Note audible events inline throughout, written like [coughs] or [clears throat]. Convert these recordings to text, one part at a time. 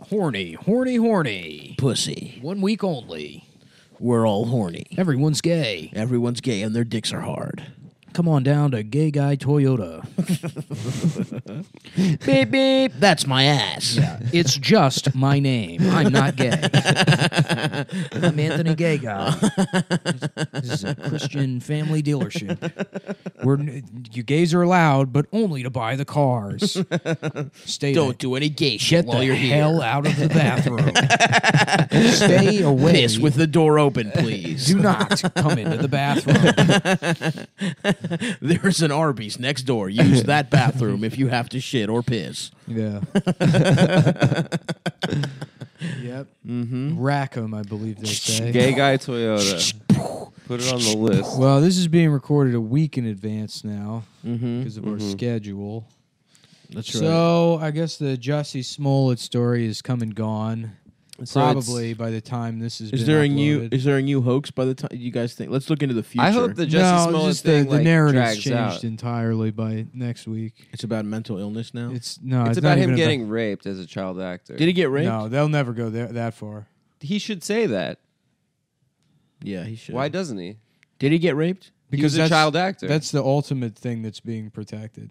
Horny, horny, horny. Pussy. One week only. We're all horny. Everyone's gay. Everyone's gay and their dicks are hard. Come on down to Gay Guy [laughs] Toyota. beep beep. That's my ass. it's just my name. I'm not [laughs] gay. I'm Anthony Gay Guy. This is a Christian family dealership. We're you gays are allowed, but only to buy the cars. Stay the Don't do any gay shit Get while the you're hell here. out of the [laughs] bathroom. Stay away. Piss with the door [laughs] open, please. Do not come into the [laughs] bathroom. There's an Arby's next door. Use that bathroom if you have to shit or piss. Yeah. [laughs] yep. Mm-hmm. Rackham, I believe they say. Gay guy Toyota. Put it on the list. Well, this is being recorded a week in advance now because Mm-hmm. of our schedule. That's So I guess the Jussie Smollett story is come and gone. So it's- Probably by the time this is. Is there a new is there a new hoax by the time you guys think? Let's look into the future. I hope the Jesse no, Smollett just thing the, like, the narrative's drags changed out. entirely by next week. it's about mental illness now. It's no, It's it's, about not him even getting raped as a child actor. Did he get raped? No, they'll never go there that far. he should say that. Yeah, he should. Why doesn't he? did he get raped? Because he was a that's- child actor. That's the ultimate thing that's being protected.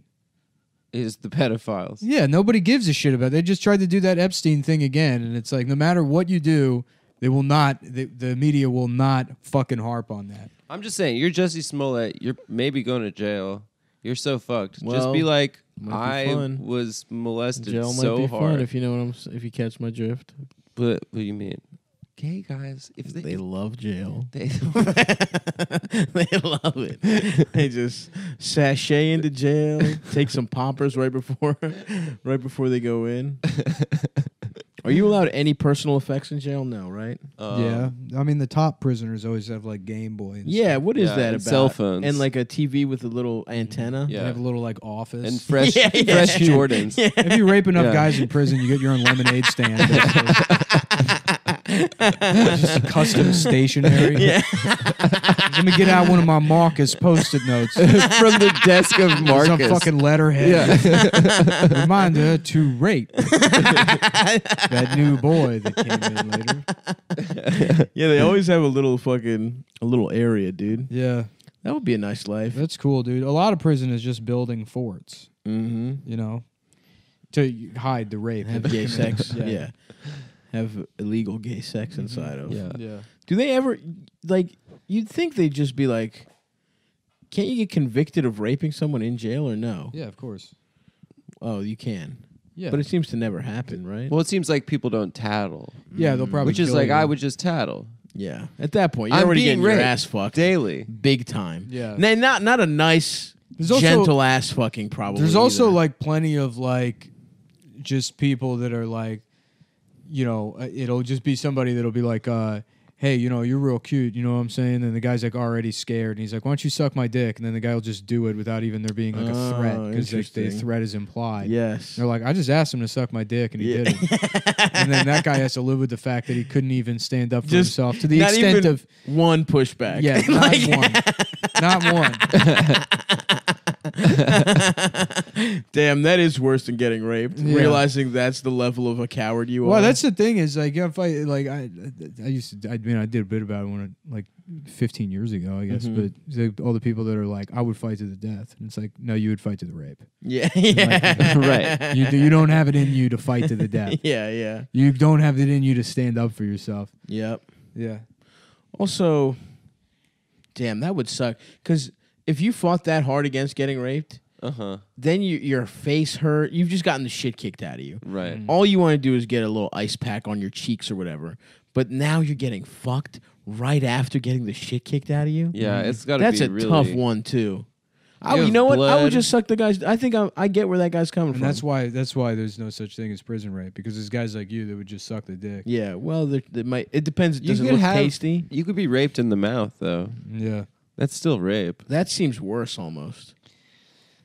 is the pedophiles. Yeah, nobody gives a shit about. It. They just tried to do that Epstein thing again, and it's like no matter what you do, they will not. The, the media will not fucking harp on that. I'm just saying, you're Jesse Smollett. You're maybe going to jail. You're so fucked. just Well, be like, might be I fun. was molested Jail might so be hard. fun if you know what I'm. s- If you catch my drift, but what do you mean? Gay guys, if they, [laughs] they love jail. they they love it. They just sashay into jail, take some poppers right before, [laughs] right before they go in. Are you allowed any personal effects in jail? No, right? Um, yeah, I mean the top prisoners always have like Game Boy. And Yeah. stuff. What is Yeah, that and about? cell phones. and like a TV with a little antenna. They Yeah. have a little like office. and [laughs] fresh, Yeah, yeah. fresh Jordans. [laughs] if you rape enough [laughs] Yeah. guys in prison, you get your own lemonade [laughs] stand. basically. Just custom stationery. Yeah. [laughs] Let me get out one of my Marcus post-it notes. [laughs] from the desk of Some fucking letterhead. [laughs] [laughs] Reminder to rape [laughs] that new boy that came in later. yeah. They always have a little fucking a little area, dude. Yeah, That would be a nice life. that's cool, dude. A lot of prison is just building forts, Mm-hmm. you know, to hide the rape. Have gay [laughs] sex. Yeah. Mm-hmm. yeah. Have illegal gay sex inside of. Yeah. Yeah. Do they ever like? You'd think they'd just be like, "Can't you get convicted of raping someone in jail or no?" Yeah, of course. Oh, you can. Yeah. But it seems to never happen, right? Well, it seems like people don't tattle, yeah, they'll probably which is kill like you. I would just tattle yeah. At that point, you're I'm already being getting raped your ass fucked [laughs] daily. big time. Yeah. Now, not not a nice, There's also- gentle ass fucking. Probably. There's also either. like plenty of like just people that are like, you know, uh, it'll just be somebody that'll be like, uh, hey, you know, you're real cute, you know what I'm saying? And the guy's like already scared and he's like, why don't you suck my dick? And then the guy will just do it without even there being like a Oh, threat because like, the interesting. threat is implied. yes. They're like, I just asked him to suck my dick and he Yeah. did it. and then that guy has to live with the fact that he couldn't even stand up for Just himself to the not extent even of one pushback. [laughs] yeah, not one. Not one. [laughs] Damn, that is worse than getting raped. Yeah. Realizing that's the level of a coward you are. Well, that's the thing is like if I like I I used to I mean I did a bit about it when I, like 15 years ago I guess Mm-hmm. but the, all the people that are like I would fight to the death and it's like no you would fight to the rape yeah, [laughs] yeah, Right. [laughs] you you don't have it in you to fight to the death yeah, yeah, you don't have it in you to stand up for yourself yep. yeah Also, damn, that would suck. Because if you fought that hard against getting raped, Uh huh. then you, your face hurt. You've just gotten the shit kicked out of you. Right. All you want to do is get a little ice pack on your cheeks or whatever. But now you're getting fucked right after getting the shit kicked out of you. Yeah, it's got to be Mm. That's a really, tough one too. I, You you have know what? I blood. would just suck the guy's. I think I, I get where that guy's coming and from. that's why that's why there's no such thing as prison rape because there's guys like you that would just suck the dick yeah. Well, there, there might. It depends. You Does it could look have- tasty? You could be raped in the mouth though. Mm. yeah That's still rape. That seems worse almost.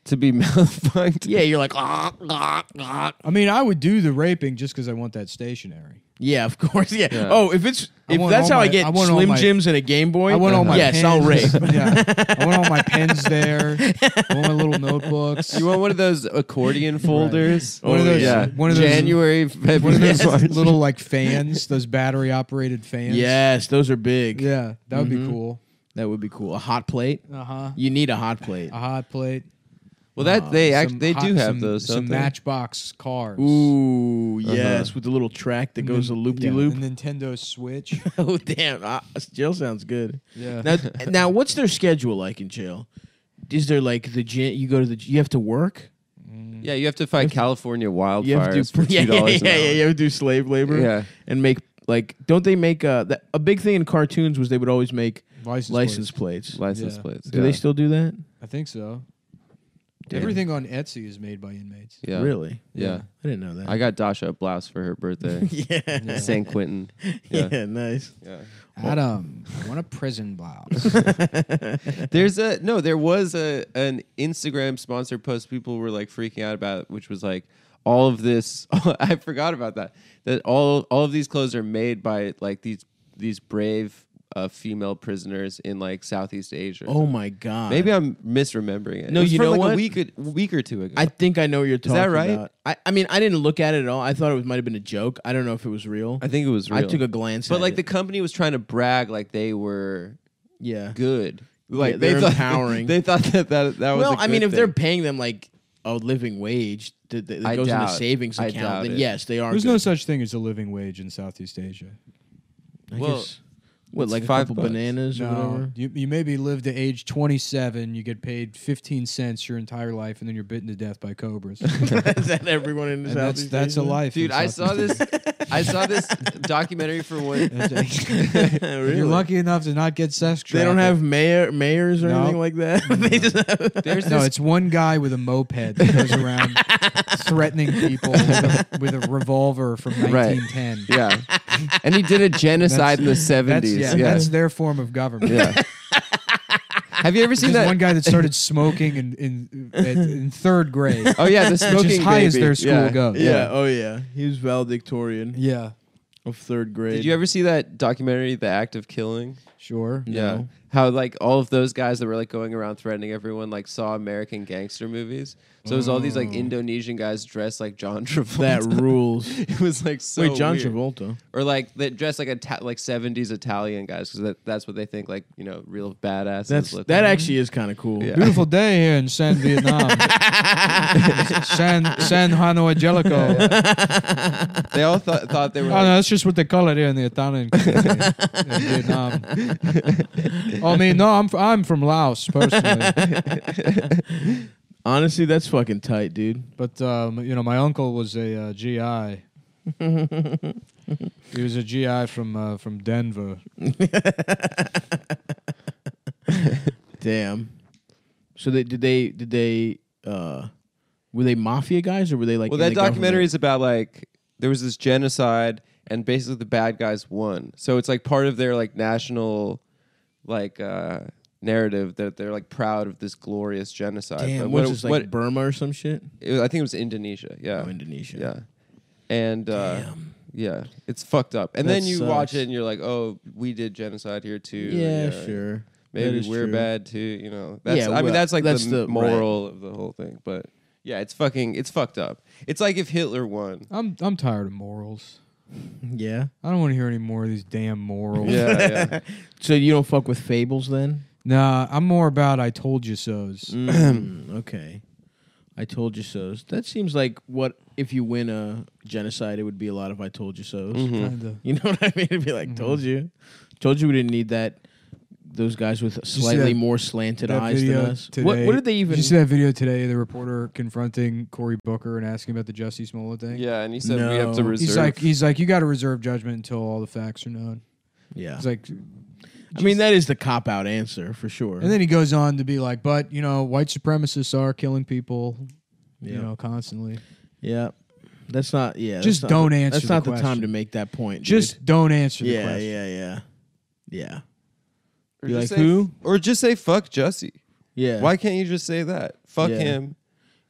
To be [laughs] mouth fucked. Yeah, you're like ah, ah, ah. I mean I would do the raping just because I want that stationary Yeah, of course. Yeah. Yeah. Oh, if it's I if want that's all how I my- get I want all Slim my- Jims and a Game Boy, I want all my yes, pens. [laughs] I'll rape. yeah, I want all my [laughs] pens there. I want my little notebooks. You want one of those [laughs] accordion folders? Oh, One of those- yeah. one of those- January, One of February, those March. little like [laughs] fans, those battery operated fans. Yes, those are big. yeah, that would Mm-hmm. be cool. That would be cool. A hot plate. Uh huh. You need a hot plate. A hot plate. Well, uh, that they some act, they hot- do have some- those. Some Don't they? Matchbox cars. Ooh, yes, with the little track Mm-hmm. that goes a loop de loop. The Nintendo Switch. [laughs] Oh damn, uh, jail sounds good. Yeah. Now, now, what's their schedule like in jail? Is there like the gym? You go to the. You have to work. Yeah, you have to fight California wildfires You have to [laughs] for yeah, two yeah, dollars. yeah, yeah, You have to do slave labor. Yeah. and make like don't they make uh that, a big thing in cartoons was they would always make License license plates. License Yeah. plates. Do yeah. they still do that? I think so. Damn. Everything on Etsy is made by inmates. Yeah. Really? Yeah. I didn't know that. I got Dasha a blouse for her birthday. [laughs] yeah. San Quentin. yeah, Yeah. nice. yeah. Adam, I want a prison blouse. [laughs] There's a no. There was a an Instagram sponsored post people were like freaking out about, which was like all of this. [laughs] I forgot about that. That all all of these clothes are made by like these these brave uh, female prisoners in like Southeast Asia. Oh my god. Maybe I'm misremembering it. No, It was you from, know like what? a week a week or two ago. I think I know what you're talking that right? about. I, I mean, I didn't look at it at all. I thought it was, might have been a joke. I don't know if it was real. I think it was. Real. I took a glance but at like it. the company was trying to brag like they were yeah. good. Like they're thought, [laughs] empowering. They thought that that, that was. Well, a I mean, good if they're thing. paying them like a living wage that, that I goes in the doubt- savings I account, doubt then it. yes, they are. There's no good. such thing as a living wage in Southeast Asia. I Well, guess- what it's like a five couple bucks. bananas or No, whatever. you, you maybe live to age 27, you get paid 15 cents your entire life, and then you're bitten to death by [laughs] cobras. [laughs] And [laughs] Is that everyone in the that's Southeast that's a Asia? [laughs] life, in Dude, I [laughs] saw Southeast this. I saw this documentary [laughs] for one. [laughs] Asia. really? If You're lucky enough to not get sex They don't trafficked. have mayor mayors or No. anything like that. [laughs] Mm-hmm. they just have There's No, this. it's one guy with a moped that goes [laughs] around threatening people with a, with a revolver from Right. 1910. yeah, and he [laughs] did a genocide in the That's, seventies. yeah, Yeah, that's their form of government. [laughs] [laughs] yeah. Have you ever seen There's that? one guy [laughs] that started smoking in in, at, in third grade. oh yeah, the smoking as high as baby. their school yeah. goes. yeah. Oh yeah. He was valedictorian Yeah, of third grade. [laughs] Did you ever see that documentary, The Act of Killing? sure. Yeah. How like all of those guys that were like going around threatening everyone like saw American gangster movies. So it was all these like Indonesian guys dressed like John [laughs] Travolta. that rules? it was like so Wait, John weird. Travolta. or like they dressed like Ita- like seventies Italian guys because that, that's what they think like you know real badasses. That's look that like. actually is kind of cool. Yeah. Beautiful day here in San [laughs] Vietnam. San San Hanoi Jellicoe. [laughs] [laughs] they all thought thought [laughs] they were. Oh no, Like, that's just what they call it here in the Italian community in Vietnam. Oh, I mean, no, I'm I'm from Laos [laughs] personally, Honestly, that's fucking tight, dude. but um, you know, my uncle was a uh, GI. he was a GI from uh, from Denver. Damn. So they did they did they uh were they mafia guys or were they like well, in that the documentary is about like there was this genocide and basically the bad guys won. So it's like part of their like national like uh narrative that they're like proud of this glorious genocide. government? But Damn, what, what's this like what- Burma or some shit? it was- I think it was Indonesia. Yeah. Oh, Indonesia. Yeah. And uh, yeah, it's fucked up. And That then you watch sucks. it and you're like, oh, we did genocide here too. Yeah, sure. That Maybe is we're true. bad too. You know, that's, Yeah, I well, mean, that's like that's the, the- m- moral of the whole thing. But yeah, it's fucking, it's fucked up. It's like if Hitler won. I'm I'm tired of morals. Yeah. I don't want to hear any more of these damn [laughs] morals. Yeah, yeah. So you don't fuck with fables then? [laughs] Nah, I'm more about I told you so's. Mm, [clears throat] okay. I told you so's. That seems like what if you win a genocide, it would be a lot of I told you so's. Mm-hmm. Kinda. You know [laughs] what I mean? It'd be like, told you. Told you we didn't need that. Those guys with see slightly that- more slanted That eyes than video us. What, what did they even? you see that video today? The reporter confronting Cory Booker and asking about the Jesse Smollett thing. yeah, and he said we have to No. reserve. He's like, he's like, you got to reserve judgment until all the facts are known. Yeah. He's like, I mean, that is the cop out answer for sure. and then he goes on to be like, but you know, white supremacists are killing people, Yeah. you know, constantly. yeah. That's not. Yeah. that's Just not don't the- answer That's the not the time question. to make that point. Just dude. don't answer the Yeah. question. Yeah. Yeah. Yeah. or be just like, say- who? Or just say fuck Jesse. Yeah. Why can't you just say that? Fuck Yeah. him.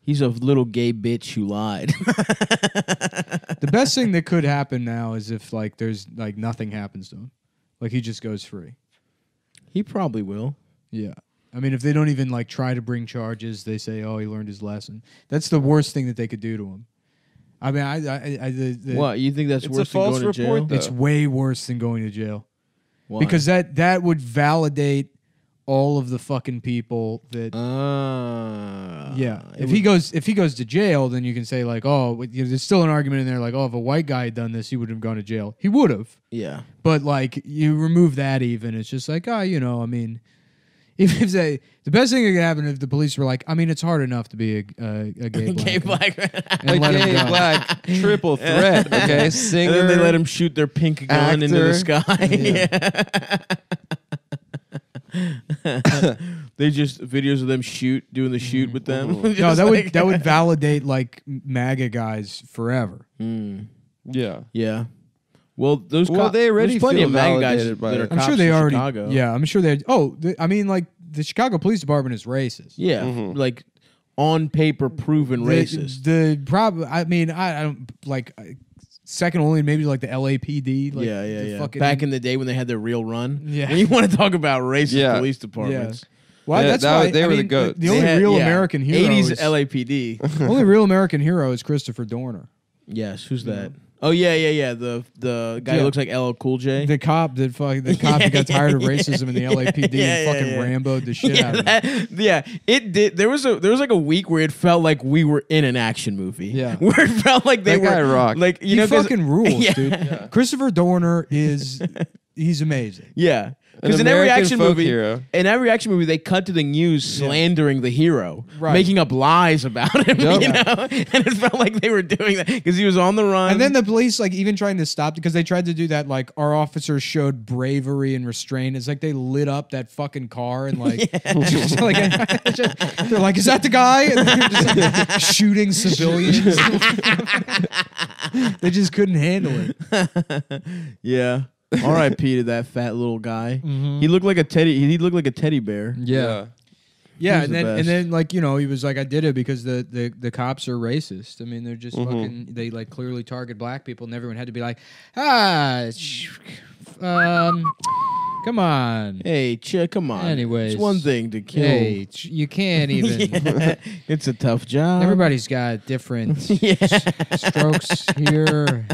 He's a little gay bitch who lied. [laughs] The best thing that could happen now is if like there's like nothing happens to him, like he just goes free. he probably will. Yeah. I mean, if they don't even like try to bring charges, they say, "Oh, he learned his lesson." That's the worst thing that they could do to him. I mean, I, I, I the, the, What you think that's It's a worse than false going to jail? report, though. It's way worse than going to jail Why? because that that would validate all of the fucking people that. Ah, yeah, Uh, it if would- he goes if he goes to jail, then you can say like, "Oh, w- you know, there's still an argument in there." Like, "Oh, if a white guy had done this, he would have gone to jail." He would have. yeah, But like you remove that, even it's just like ah, you know, I mean, [laughs] if, if they the best thing that could happen if the police were like, I mean, it's hard enough to be a, a, a gay black, guy gay black. [laughs] and let him Gay, go. black, [laughs] triple threat. [laughs] Okay, singer. and then they let him shoot their pink gun into the actor. sky. [laughs] [coughs] Yeah. they just videos of them shoot doing the Mm-hmm. shoot with them. No, [laughs] Just that like- would that would validate like MAGA guys forever. Mm, Yeah. yeah. Well, those Well, cop- they already there's plenty feel of MAGA guys validated by that it. are I'm cops sure they in already. Chicago. Yeah, I'm sure they. Oh, th- I mean, like the Chicago Police Department is racist. yeah, Mhm. like on paper proven The- racist. The, problem. I mean, I, I don't like I- second only maybe like the LAPD. Like, yeah, yeah, the yeah. Fucking, Back in the day when they had their real run. Yeah. When you want to talk about racist Yeah. police departments. well, Yeah, that's that- why they I were the mean, goats. The They only had- real yeah. American hero. 80s is- [laughs] LAPD. only real American hero is Christopher Dorner, yes, who's that? Oh yeah, yeah, yeah. The the guy Yeah. who looks like LL Cool J. [laughs] the cop that fuck, the cop that got tired of racism in the LAPD yeah, and yeah, fucking yeah. ramboed the shit out yeah, of him. that- yeah, it did. There was a there was like a week where it felt like we were in an action movie. Yeah. [laughs] where it felt like they That guy were rocked. like you He know 'cause- [laughs] fucking rules, yeah, dude. Christopher Dorner [laughs] is he's amazing. Yeah, An because in every American action folk movie, hero. in every action movie, they cut to the news slandering the hero, Right. making up lies about him. [laughs] Yep. You know, and it felt like they were doing that because he was on the run. And then the police, like, even trying to stop because they tried to do that. Like, our officers showed bravery and restraint. It's like they lit up that fucking car and [laughs] like, [laughs] just, like, they're like, "Is that the guy?" And they're just, [laughs] like, shooting civilians. they just couldn't handle it. yeah. R.I.P. to that fat [laughs] little guy. Mm-hmm. He looked like a teddy. He looked like a teddy bear. Yeah. Yeah, He's and the then best. and then like you know he was like I did it because the the, the cops are racist. I mean they're just Mm-hmm. fucking they like clearly target black people and everyone had to be like ah sh- um come on Hey, chick, come on. Anyways. it's one thing to kill. hey sh- you [laughs] can't even Yeah. it's a tough job. everybody's got different s- strokes here.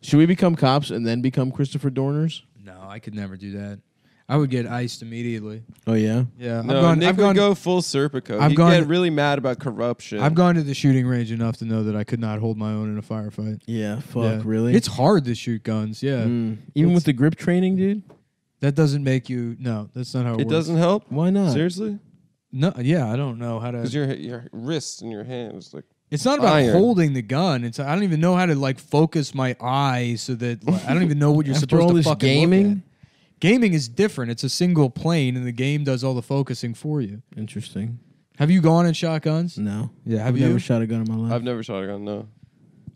Should we become cops and then become Christopher Dorners? No, I could never do that. I would get iced immediately. Oh yeah. Yeah, No, I've gone. Nick I've would gone. go full Serpico. I've He'd gone- get really mad about corruption. I've gone to the shooting range enough to know that I could not hold my own in a firefight. Yeah. Fuck. Yeah. Really? It's hard to shoot guns. Yeah. Mm. even with the grip training, dude. That doesn't make you no. That's not how it, it works. doesn't help. Why not? Seriously, No, yeah, I don't know how because to. your your wrists and your hands like It's not about iron. holding the gun. It's I don't even know how to like focus my eye so that like, I don't even know what you're [laughs] After supposed all to this fucking look gaming? at. Gaming is different. It's a single plane, and the game does all the focusing for you. Interesting. Have you gone in shotguns? No. Yeah, have I've you? never shot a gun in my life. I've never shot a gun. No,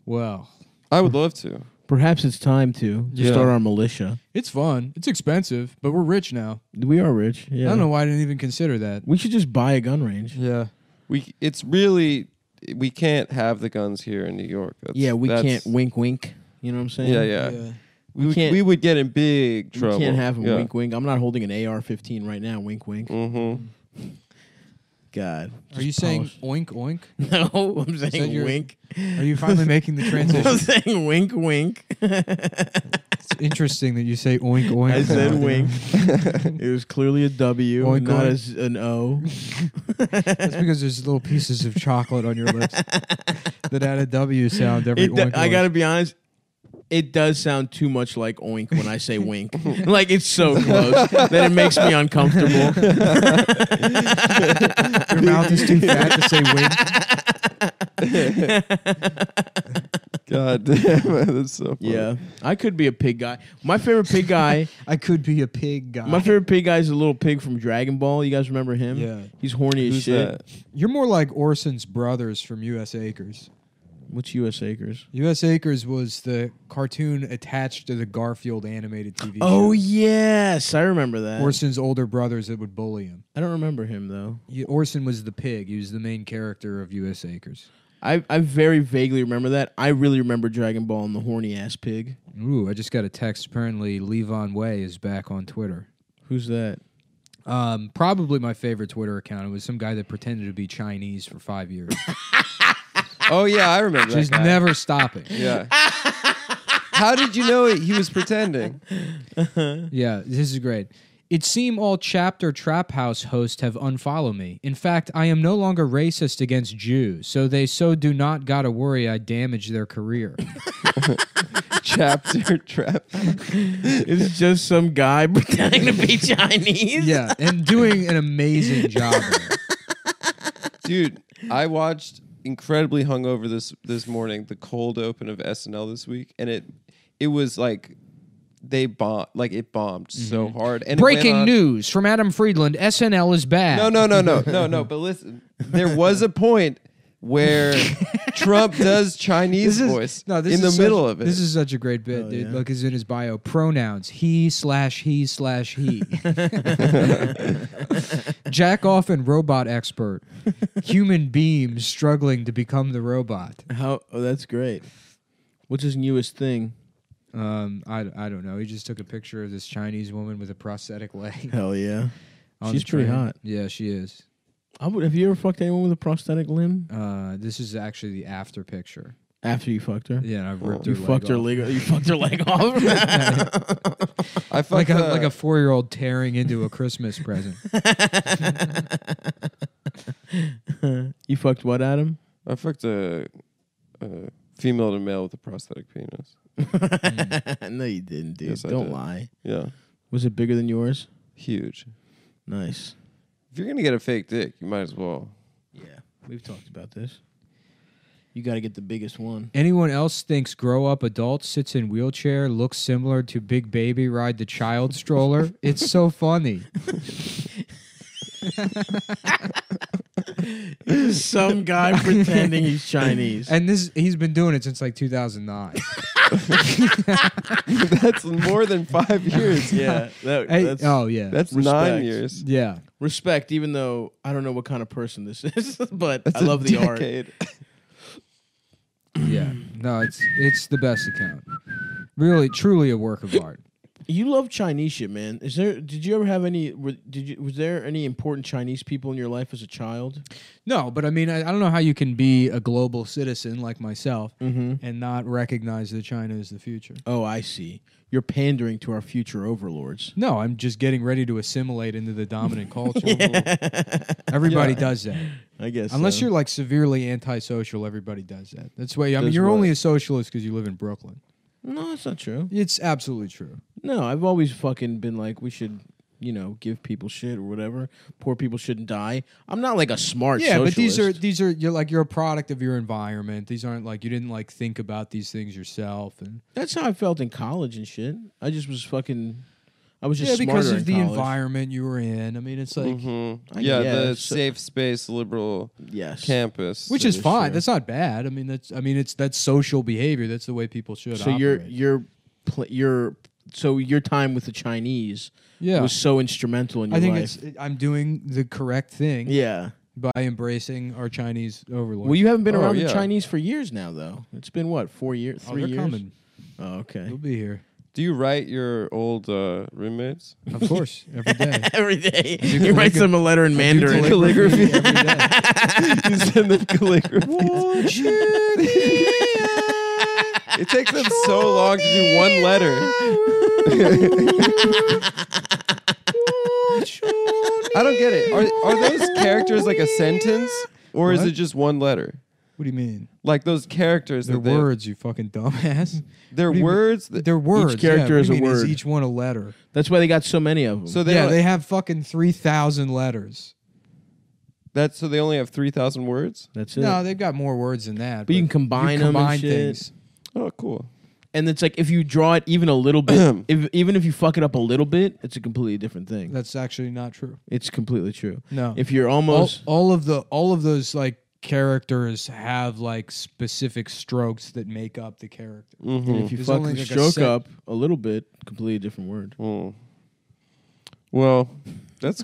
well, I would love to. Perhaps it's time to Yeah. start our militia. it's fun. It's expensive, but we're rich now. We are rich. Yeah. I don't know why I didn't even consider that. We should just buy a gun range. Yeah, We it's really we can't have the guns here in New York. That's, yeah, we that's- can't wink wink. You know what I'm saying? Yeah, yeah. We, We would- can't- we would get in big You trouble. can't have them yeah. wink wink. I'm not holding an AR 15 right now. Wink wink. [laughs] Mm-hmm. God. Are you Just saying polish. [laughs] oink oink? No, I'm saying your- wink. Are you finally making the [laughs] I'm transition? saying wink wink. it's interesting that you say oink oink. I said [laughs] Yeah. wink. it was clearly a W, Oink, not oink. as an O. That's because there's little pieces of chocolate on your lips that add a W sound every [laughs] It do- oink I oink. gotta be honest. It does sound too much like oink when I say wink. [laughs] like it's so close that it makes me uncomfortable. Your [laughs] mouth is too fat to say wink. [laughs] God damn, [laughs] that's so funny. Yeah, I could be a pig guy. My favorite pig guy. I could be a pig guy. my favorite pig guy is the little pig from Dragon Ball. You guys remember him? Yeah. He's horny as Who's shit. that? You're more like Orson's brothers from U.S. Acres. What's U.S. Acres? U.S. Acres was the cartoon attached to the Garfield animated TV Oh show. yes, I remember that. Orson's older brothers that would bully him. I don't remember him though. Y- Orson was the pig. He was the main character of U.S. Acres. I I very vaguely remember that. I really remember Dragon Ball and the horny ass pig. Ooh, I just got a text. Apparently, Levon Way is back on Twitter. [laughs] Who's that? Um, probably my favorite Twitter account. It was some guy that pretended to be Chinese for five years, Oh yeah, I remember. just that guy. never stopping. [laughs] Yeah. How did you know it? he was pretending? Yeah, this is great. It seem all chapter trap house hosts have unfollow me. In fact, I am no longer racist against Jews, so they so do not gotta worry I damage their [laughs] career. Chapter [laughs] trap. It's just some guy [laughs] pretending to be [laughs] Chinese. yeah, and doing an [laughs] amazing job. of it. Dude, I watched incredibly hungover this this morning the cold open of SNL this week, and it it was like they bombed, like it bombed so Mm-hmm. hard. And it went Breaking on- news from Adam Friedland: SNL is bad. No, no, no, no, no, no. But listen, there was a point [laughs] where Trump does Chinese voice in the is middle such- of it. This is such a great bit, Oh, dude. yeah. Look, it's in his bio. Pronouns: he slash he slash [laughs] he. Jack off and robot [laughs] expert. Human beam struggling to become the robot. How? Oh, that's great. What's his newest thing? Um, I, I don't know. He just took a picture of this Chinese woman with a prosthetic leg. [laughs] Hell yeah. on She's the pretty train. hot. Yeah, she is. I would, have you ever fucked anyone with a prosthetic limb Uh, this is actually the after picture. after you fucked her? Yeah, and I've Oh. ripped her You leg fucked her off. leg. You fucked her leg [laughs] off. I fucked like a uh, like a four year old tearing into [laughs] a Christmas present. you fucked what, Adam? I fucked a, a female to male with a prosthetic penis. [laughs] no, you didn't, dude. Yes, I Don't did. lie. Yeah, Was it bigger than yours? huge. Nice. If you're gonna get a fake dick, you might as well. [laughs] Yeah, we've talked about this. You got to get the biggest one. Anyone else thinks grow up adult sits in wheelchair, looks similar to Big Baby Ride the Child stroller? it's [laughs] so funny. [laughs] Some [laughs] guy pretending he's Chinese. And this he's been doing it since like [laughs] 2009. That's more than five [laughs] years. yeah, that, Hey, that's, oh yeah. That's Respect. nine years. yeah. respect. Even though I don't know what kind of person this is, [laughs] but That's I love a the art. [laughs] decade. Yeah. No, it's it's the best account. Really truly a work of [laughs] art. You love Chinese shit, man. Is there? Did you ever have any? were- Did you? Was there any important Chinese people in your life as a child? No, but I mean I, I don't know how you can be a global citizen like myself Mm-hmm. and not recognize that China is the future. Oh, I see. You're pandering to our future overlords. No, I'm just getting ready to assimilate into the [laughs] dominant culture. Everybody Yeah. does that. I guess. Unless you're like severely antisocial, everybody does that. That's why I mean Does you're what? only a socialist because you live in Brooklyn. No, that's not true. It's absolutely true. No, I've always fucking been like, we should, you know, give people shit or whatever. Poor people shouldn't die. I'm not like a smart. yeah, but these are socialist. these are you're like you're a product of your environment. These aren't like you didn't like think about these things yourself and That's how I felt in college and shit. I just was fucking. I was just yeah, because smarter of in the college. environment you were in. I mean, it's like Mhm. I Yeah, the guess. safe space liberal Yes. campus. which So is it's fine. true. That's not bad. I mean, that's I mean, it's that's social behavior. That's the way people should. so your operate. your pl- your so your time with the Chinese yeah. was so instrumental in your I think life. it's I'm doing the correct thing yeah. by embracing our Chinese overlord. Well, you haven't been Oh, around yeah. the Chinese for years now, though. It's been what four years, Oh, three they're years. coming. Oh, okay. They'll be here, Do you write your old uh, roommates? of [laughs] course, every day. [laughs] Every day, do he writes calligra- them a letter in Mandarin. [laughs] Calligraphy every day. [laughs] you send them calligraphy. [laughs] it takes them so long to do one letter. I don't get it. Are, are those characters like a sentence, or is What? it just one letter? What do you mean? Like those characters, They're that they- words, you fucking dumbass. They're What do you mean? words. that- They're words. yeah, character what is do you a mean word. each one a letter. That's why they got so many of them. so they, yeah, don't- they have fucking three thousand letters. that's so they only have three thousand words. that's it. No, they've got more words than that. But you can combine 'em and shit. things. Oh, cool. and it's like if you draw it even a little [clears throat] bit, if, even if you fuck it up a little bit, it's a completely different thing. That's actually not true. It's completely true. No. Oh, If you're all, almost all of the all of those like characters have like specific strokes that make up the character. And if you There's fuck only the like a stroke set- up a little bit, completely different word. Mm. Well, that's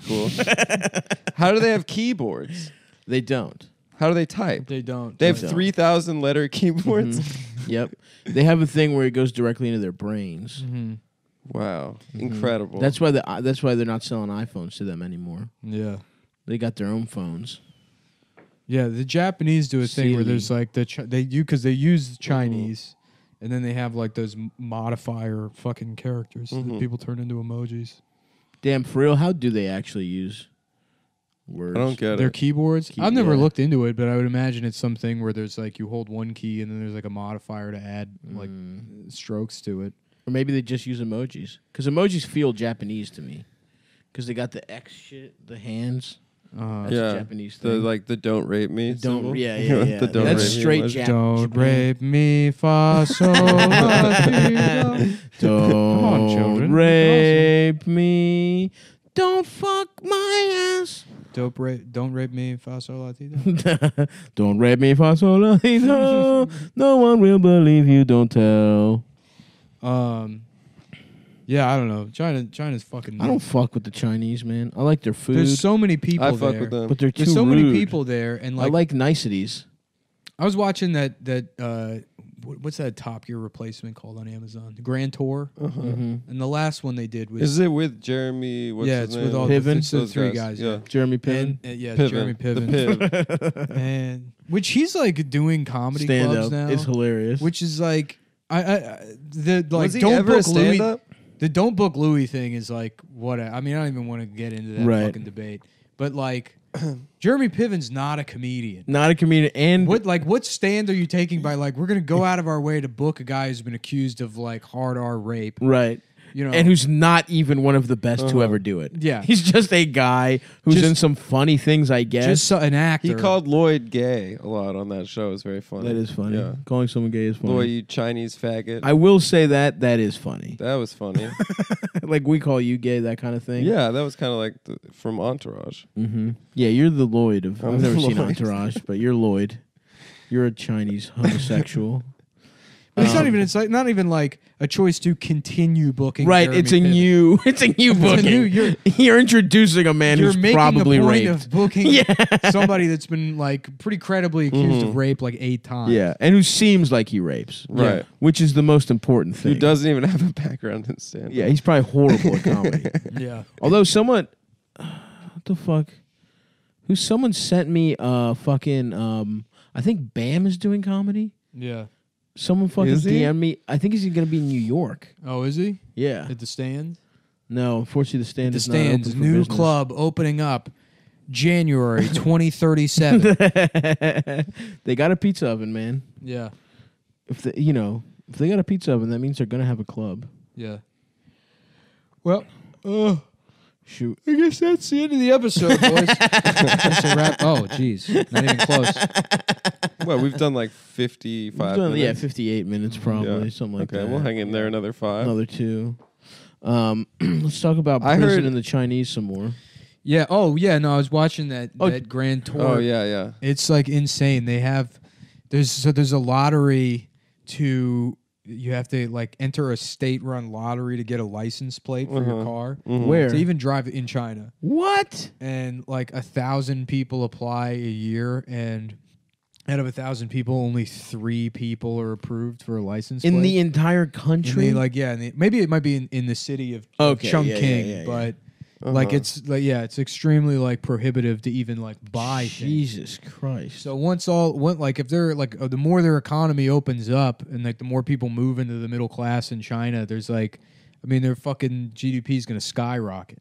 [laughs] cool. How do they have keyboards? They don't. How do they type? They don't. They have don't. Mm-hmm. three thousand letter keyboards. Yep. They have a thing where it goes directly into their brains. Mhm. Wow, incredible. Mm-hmm. That's why the uh, that's why they're not selling iPhones to them anymore. Yeah. They got their own phones. Yeah, the Japanese do a thing where Sealy. there's like the chi- they you because they use the Chinese, and then they have like those m- modifier fucking characters Mm-hmm. that people turn into emojis. Damn, for real, how do they actually use words? I don't get Their it. keyboards. Key- I've never yeah. looked into it, but I would imagine it's something where there's like you hold one key and then there's like a modifier to add like Mm. strokes to it. Or maybe they just use emojis. Because emojis feel Japanese to me. Because they got the X shit, the hands. Oh, Uh, That's a yeah, Japanese the thing. [laughs] like the don't rape me. symbol. Don't, [laughs] yeah, yeah, yeah. the don't That's rape me straight was- Jap- Don't Japan. rape me, fa so much, you [laughs] know. Don't on, children. rape me. Don't fuck my ass. [laughs] Don't rape, don't rape me, fa so latino. Don't rape me for so [laughs] long. No, no one will believe you. Don't tell. Um, yeah, I don't know. China, China's fucking. I don't fuck with the Chinese, man. I like their food, There's so many people I fuck there. with them. but they're too There's so rude. many people there, and like, I like niceties. I was watching that that uh, wh- what's that Top Gear replacement called on Amazon? The Grand Tour, Uh-huh. Mm-hmm. and the last one they did was Is it with Jeremy? What's yeah, his it's name? with all Piven? the, it's the Those three guys. Yeah, Jeremy And, Piven. uh, yeah, Piven, Jeremy Piven, [laughs] The Piv. and which he's like doing uh, comedy Stand clubs up. now, It's hilarious. which is like I, I I- the like Was he don't ever a book Louis stand-up? the don't book Louis thing is like what I, I mean I don't even want to get into that Right. fucking debate, but like [clears throat] Jeremy Piven's not a comedian. not a comedian. And What like what stand are you taking by like we're gonna go out of our way to book a guy who's been accused of like hard R rape, right. you know? Uh-huh. And who's not even one of the best to ever do it. Yeah. He's just a guy who's Just- in some funny things, I guess. just so, an actor? He called Lloyd gay a lot on that show. It's very funny. that is funny. Yeah. Calling someone gay is funny. Lloyd, you Chinese faggot. I will say that that [laughs] is funny. that was funny. like we call you gay, that kind of thing. yeah, that was kind of like the, from Entourage. hmm Yeah, you're the Lloyd of. I'm I've never seen Lloyd. Entourage, but you're Lloyd. You're a [laughs] Chinese homosexual. But it's not um, even it's like not even like a choice to continue booking. right. Jeremy it's a Piven. new. [laughs] It's a new a booking. new- [laughs] you're, you're- introducing a man You're who's making probably the point raped. of booking [laughs] Yeah. Mm-hmm. somebody that's been like pretty credibly accused of rape like eight times. yeah, and who seems like he rapes. Right. Yeah, Which is the most important thing. Who doesn't even have a background in stand? Yeah, he's probably horrible [laughs] at comedy. [laughs] yeah. Although someone, [sighs] what the fuck? Who? Someone sent me uh fucking um. I think Bam is doing comedy. Yeah. Someone fucking Is he? DM me. I think he's gonna be in New York. Oh, is he Yeah. at the stand? No, unfortunately, the stand The is stands not open for new business. club opening up [laughs] January 2037. they got a pizza oven, man. yeah. If they, you know, if they got a pizza oven, that means they're gonna have a club. Yeah. Well, uh, Shoot, I guess that's the end of the episode, [laughs] boys. That's a wrap. Oh, jeez, not even close. Well, we've done like We've fifty-five. done- yeah, minutes. fifty-eight minutes probably, Yeah. something like okay, that. we'll hang in there another five. another two. Um, [clears throat] let's talk about I prison heard- and the Chinese some more. Yeah. Oh, yeah. No, I was watching that Oh, that grand tour. oh yeah, yeah. It's like insane. They have there's so there's a lottery to you have to like enter a state run lottery to get a license plate for Mm-hmm. your car Hmm. Where? to even drive in China. What? and like a thousand people apply a year and out of a thousand people only three people are approved for a license In plate. the entire And country? they, like yeah and they- maybe it might be in, in the city of, of Okay, yeah, chungking yeah, yeah, Uh-huh. yeah. but like it's like yeah it's extremely like prohibitive to even like buy things. Jesus Christ. so once all one like if they're like uh, the more their economy opens up and like the more people move into the middle class in china there's like i mean their fucking gdp is going to skyrocket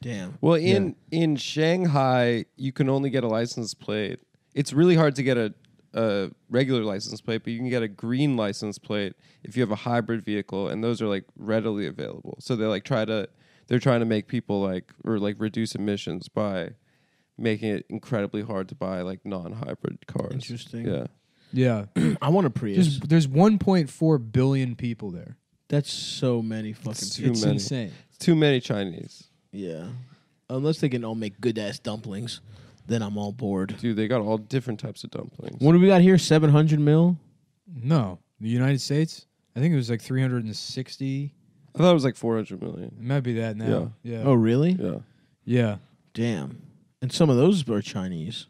Damn. [clears throat] Well, in in Shanghai, you can only get a license plate. It's really hard to get a a regular license plate, but you can get a green license plate if you have a hybrid vehicle, and those are like readily available. So they like try to they're trying to make people like or like reduce emissions by making it incredibly hard to buy like non-hybrid cars. Interesting. Yeah. yeah I want a Prius. There's there's 1.4 billion people there. That's so many fucking It's people. It's many. insane. Too many Chinese. Yeah. Unless they can all make good ass dumplings. then I'm all bored. Dude, they got all different types of dumplings. What do we got here? Seven hundred mil. No, the United States. I think it was like 360. I thought it was like 400 million. It might be that now. Yeah. Oh, really? Yeah. yeah. Damn. And some of those are Chinese.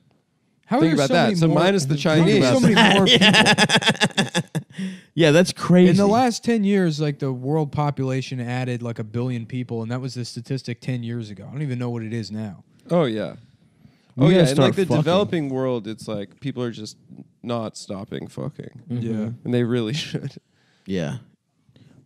How Think are there about so that. many So more- minus [laughs] the how are there So Chinese. many [laughs] more people? Yeah, that's crazy. In the last 10 years, like the world population added like a billion people, and that was the statistic 10 years ago. I don't even know what it is now. Oh yeah. We oh gotta yeah. In start like the fucking. developing world, it's like people are just not stopping fucking, Mm-hmm. Yeah. and they really [laughs] should. Yeah.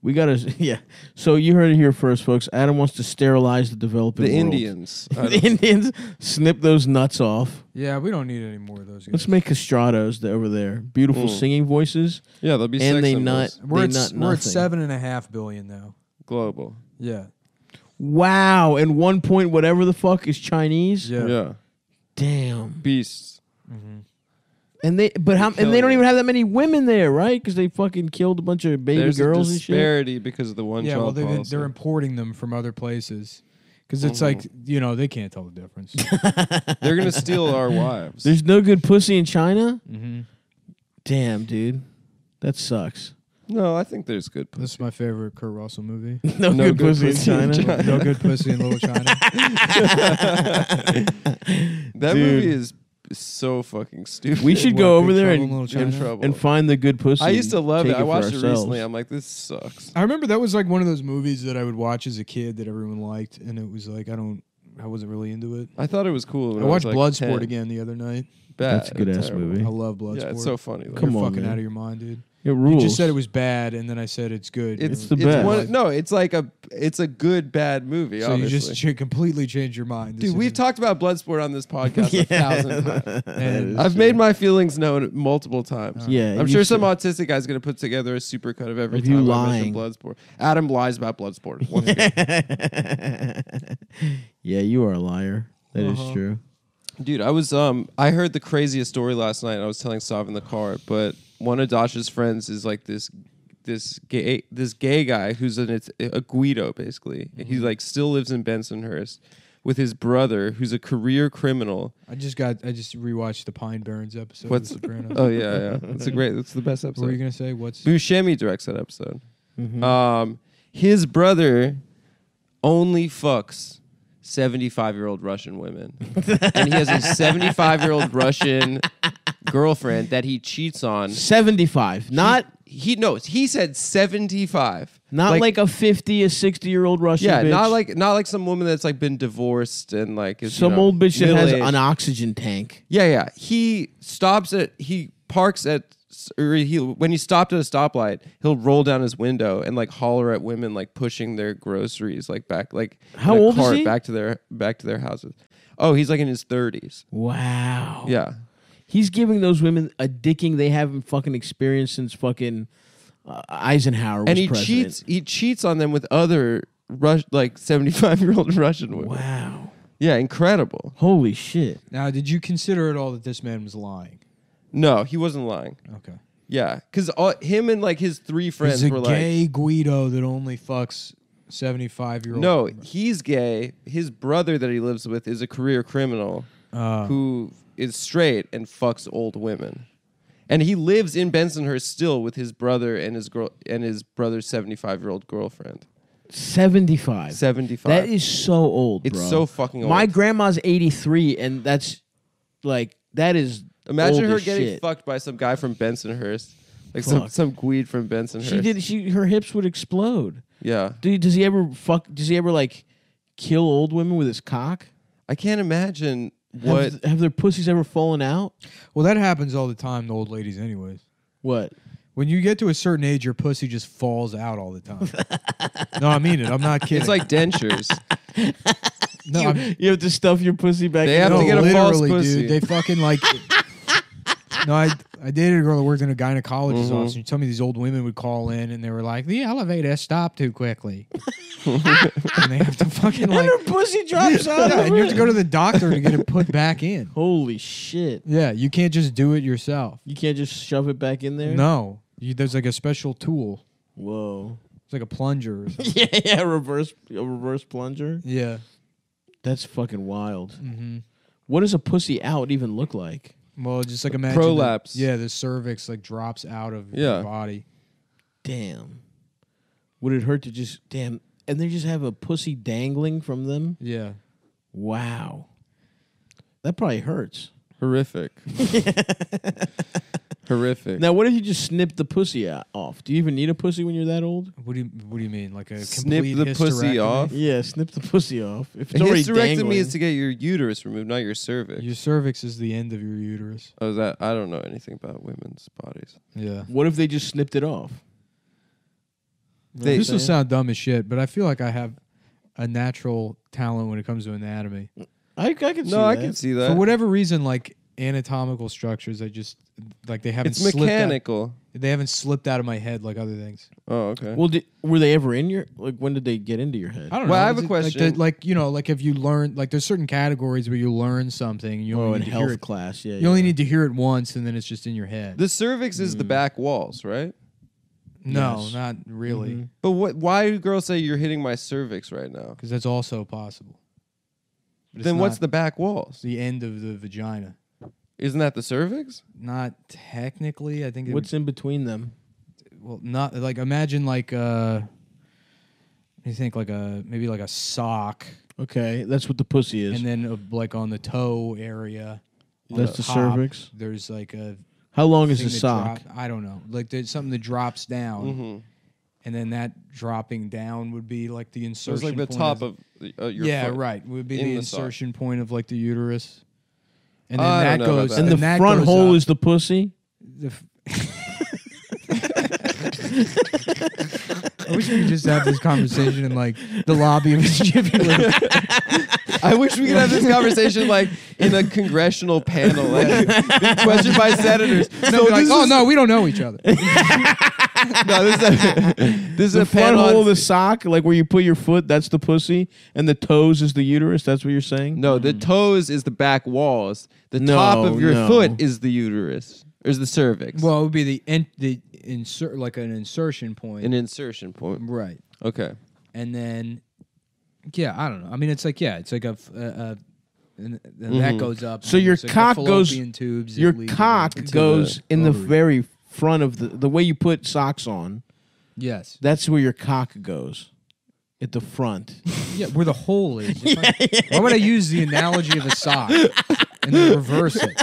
We gotta. [laughs] Yeah. So you heard it here first, folks. Adam wants to sterilize the developing The world. [laughs] Indians. I the don't- Indians snip those nuts off. Yeah, we don't need any more of those guys. Let's make castratos over there. Beautiful Mm. singing voices, yeah, they'll be and sex they symbols. nut. we're they at, s- nut we're at nothing. seven and a half billion now. global. Yeah. Wow! And one point, whatever the fuck is Chinese. Yeah. Yeah. Damn. beasts. Mm-hmm. And they, but how? And they killing don't it. even have that many women there, right? Because they fucking killed a bunch of baby There's girls a and shit. disparity because of the one Yeah, well, child they've been, policy. they're importing them from other places because it's like, Mm-hmm. you know, they can't tell the [laughs] difference. They're [laughs] gonna steal our wives. There's no good pussy in China. mm-hmm. Damn, dude, that sucks. [laughs] no, I think there's good. This is my favorite Kurt Russell movie. No, good, pussy, in China. no good pussy in Little China. [laughs] [laughs] That Dude. movie is so fucking stupid. [laughs] We [laughs] should What, go Big over there Trouble and, in Little and, China? Trouble. and find the good pussy. I used to and love take it. I for watched it ourselves. recently. I'm like, this sucks. I remember that was like one of those movies that I would watch as a kid that everyone liked, and it was like I don't, I wasn't really into it. I thought it was cool. When I watched was like Bloodsport 10. again the other night. Bad, That's a good ass terrible. movie. I love Bloodsport. Yeah, it's so funny. though. You're Come on, fucking man. out of your mind, dude. It rules. You just said [laughs] it was bad, and then I said it's good. It's, It's the it's best. One, no, it's like a it's a good bad movie. so you obviously. just ch- completely changed your mind. This dude, we've isn't- talked about Bloodsport [laughs] on this podcast a thousand times. and- I've made my feelings known multiple times. Uh-huh. Yeah, I'm you sure some should. autistic guy's gonna put together a supercut of every Of you time I lying. mention Bloodsport. Adam lies about [laughs] Bloodsport. Once again. yeah, you are a liar. That is Uh-huh. true. Dude, I was um I heard the craziest story last night. I was telling Sav in the car, but one of Dasha's friends is like this this gay this gay guy who's an it's a Guido basically. And He like still lives in Bensonhurst with his brother who's a career criminal. I just got, I just rewatched the Pine Barrens episode. of What's- The Sopranos. [laughs] Oh [laughs] yeah, yeah. That's a great that's the best what were you episode. gonna say? What's Buscemi directs that episode. Mm-hmm. Um his brother only fucks 75 year old [laughs] Russian women. and he has a 75 year old Russian girlfriend that he cheats on. Seventy-five, not He knows. He said 75. not like, a fifty, a sixty-year-old Russian. yeah, bitch. not like not like some woman that's like been divorced and like is, you some know, old bitch that has middle-aged. an oxygen tank. Yeah, yeah. He stops at he parks at or he when he stopped at a stoplight, he'll roll down his window and like holler at women like pushing their groceries like back like in How a old is cart he? back to their back to their houses. Oh, he's like in his 30s. Wow. Yeah. He's giving those women a dicking they haven't fucking experienced since fucking uh, Eisenhower was And he president. cheats he cheats on them with other Rus- like 75-year-old [laughs] Russian women. Wow. Yeah, incredible. Holy shit. now? Did you consider at all that this man was lying? No, he wasn't lying. Okay, Yeah, cuz him and like his three friends he's a were like gay Guido that only fucks seventy-five year old. No, he's gay. His brother that he lives with is a career criminal Ah. who is straight and fucks old women. And he lives in Bensonhurst still with his brother and his girl and his brother's 75-year-old girlfriend. 75. 75. That is so old, It's bro. so fucking My old. grandma's 83 and that's like that is Imagine old her as getting shit. fucked by some guy from Bensonhurst. Like some Fuck. some weed from Bensonhurst. She did she her hips would explode. Yeah. Dude, does he ever fuck does he ever like kill old women with his cock? I can't imagine what Have- have their pussies ever fallen out? well that happens all the time to old ladies, anyways. What? [laughs] When you get to a certain age, your pussy just falls out all the [laughs] time. no, I mean it. I'm not kidding. it's [laughs] like dentures. no, I'm, You have to stuff your pussy back. They in. have no, to get a false literally, pussy. dude. They fucking [laughs] like. no, I I dated a girl that worked in a gynecologist's Mm-hmm. office, and she told me these old women would call in, and they were like, "The elevator stopped too quickly," [laughs] and they have to fucking and like, her pussy drops [laughs] out. yeah, of and you have to her. go to the doctor to get it put back in. [laughs] Holy shit! Yeah, you can't just do it yourself. You can't just shove it back in there. No, you, there's like a special tool. Whoa. It's like a plunger. Or something. yeah, yeah. Reverse, a reverse plunger. yeah. That's fucking wild. hmm What does a pussy out even look like? Well, just like imagine the- prolapse. yeah, the cervix like drops out of Yeah. your body. Damn. Would it hurt to just damn? And they just have a pussy dangling from them. Yeah. Wow. That probably hurts. [laughs] Horrific. Horrific. Now, what if you just snip the pussy o- off? Do you even need a pussy when you're that old? What do you What do you mean? Like a Snip complete the pussy hysterectomy? off? Yeah, snip the pussy off. If it's already Hysterectomy dangling, is to get your uterus removed, not your cervix. Your cervix is the end of your uterus. oh, that I don't know anything about women's bodies. Yeah. what if they just snipped it off? They- this will sound dumb as shit, but I feel like I have a natural talent when it comes to anatomy. I, I can see no, I that. can see For that. whatever reason, like anatomical structures, I just like they haven't It's slipped mechanical. Out, they haven't slipped out of my head like other things. Oh, okay. Well, did, were they ever in your like? When did they get into your head? I don't Well, know. I have is a it, like, the- Like, question. you know, like if you learn, like there's certain categories where you learn something, and you Oh, only in need to hear health it. class, yeah. You only need to hear it once, and then it's just in your head. the cervix is Hmm. the back walls, right? no, Yes. not really, But what? Why do girls say you're hitting my cervix right now? because that's also possible. But it's Then what's not- the back walls? the end of the vagina? Isn't that the cervix? Not technically. I think it What's in between them? well not like imagine like uh you think like a maybe like a sock Okay, that's what the pussy is. and then a, like on the toe area on That's the top, cervix? there's like a How long is thing the that sock? drop- i don't know like there's something that drops down and then that dropping down would be like the So insertion it's like the point top of uh, your. yeah foot. right would be in the the sock. insertion point of like the uterus and then I that don't know about goes that. And And the that front goes hole up. is the pussy. The f- [laughs] I wish we could just have this conversation in like the lobby of [laughs] Jiffy Lube. I wish we could [laughs] have this conversation like in a congressional panel, [laughs] like being questioned by [laughs] senators. No, No, like, this oh is, no, we don't know each other. no, this is a, this is a The front panel. on- hole of the sock, like where you put your foot, that's the pussy, and the toes is the uterus. That's what you're saying. no, the toes is the back walls. The top No, of your no. foot is the uterus, or is the cervix. Well, it would be the in, the insert like an insertion point, an insertion point. right? Okay. And then, yeah, I don't know. I mean, it's like yeah, it's like a. f- a- a- and th- then that goes up. Mm-hmm. So and your it's like the cock goes- fallopian Tubes that Your lead cock into the- goes in the ovary. very front of the the way you put socks on. Yes. That's where your cock goes, at the [laughs] front. Yeah, where the hole is. If [laughs] I- Why would I use the analogy of a sock and then reverse [laughs] it?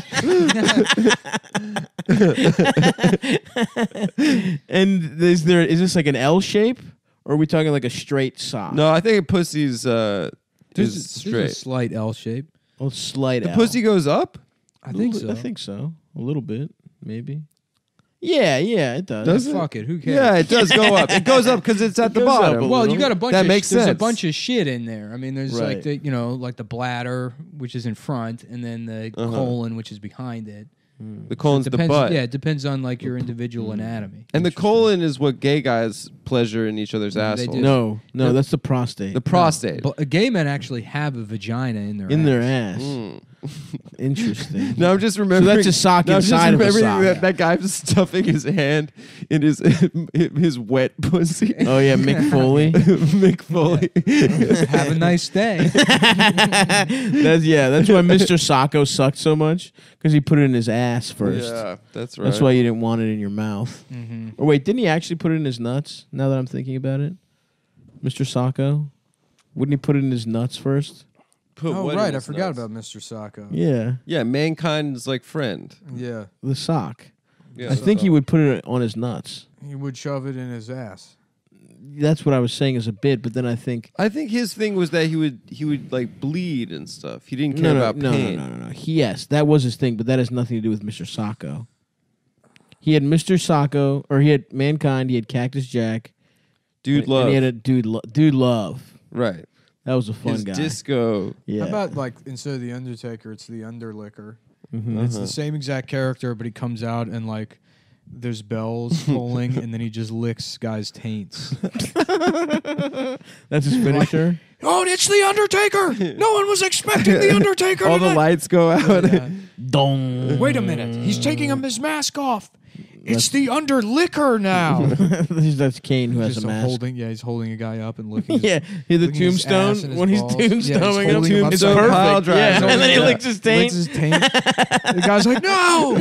and is there is this like an L shape, or are we talking like a straight sock? No, I think a pussy's uh, There's is a- there's a straight. slight L shape. a slight. The L. pussy goes up. I think so. I think so. A little bit, maybe. Yeah, yeah, it does. Does Fuck it. Who cares? Yeah, it does go up. [laughs] It goes up because it's at the goes up bottom. a Well, little. you got a bunch. That of, makes There's a sense. bunch of shit in there. I mean, there's Right. like the you know like the bladder, which is in front, and then the Uh-huh. colon, which is behind it. The colon's the Depends. butt. Mm. Yeah, it depends on like your individual anatomy. And the colon is what gay guys pleasure in each other's assholes. do. No, no, that's the prostate. the prostate. But uh, gay men actually have a vagina in their in ass. their ass. [laughs] Interesting. Hmm. [laughs] No, I'm just remembering. that's a sock no, I'm just inside of a remembering sock. That, that guy was [laughs] stuffing his hand in his [laughs] his wet [laughs] pussy. Oh yeah, Mick [laughs] Foley. Mick Foley. have a nice [laughs] day. that's yeah. That's why Mr. Sacco sucked so much because he put it in his ass first. Yeah, that's right. That's why you didn't want it in your mouth. Mm-hmm. [laughs] Or wait, didn't he actually put it in his nuts? Now that I'm thinking about it, Mr. Sacco, wouldn't he put it in his nuts first? Put oh what in right, I his forgot nuts? about Mr. Sacco. Yeah, Yeah, mankind's like friend. yeah, the sock. Yeah, I so- think he would put it on his nuts. he would shove it in his ass. That's what I was saying as a bit, but then I think I think his thing was that he would he would like bleed and stuff. He didn't no, care no, about no, no, pain. no, no, no. He, yes, that was his thing, but that has nothing to do with Mr. Sacco. He had Mr. Sacco, or he had mankind. He had Cactus Jack. Dude, and love. he had a dude, lo- dude, love. right. That was a fun his guy. [laughs] disco. yeah. How about like instead of the Undertaker, it's the Underlicker. Mm-hmm. It's the same exact character, but he comes out and like there's bells [laughs] tolling, and then he just licks guys' taints. That's his [laughs] finisher. oh, it's the Undertaker! No one was expecting [laughs] the Undertaker. All the lights go out. Oh, Yeah. Dong. Mm. Wait a minute, he's taking him his mask off. It's the under liquor now. That's that's Kane [laughs] who has Just a mask. [laughs] holding, yeah, he's holding a guy up and looking. Yeah, he's the Looking at his ass tombstone and his when he's balls. Yeah, he's tombstoning him. holding him It's upside down. perfect. Pile driver. yeah, He's and then he holding it licks his taint. Licks his [laughs] taint. the guy's like, [laughs] no,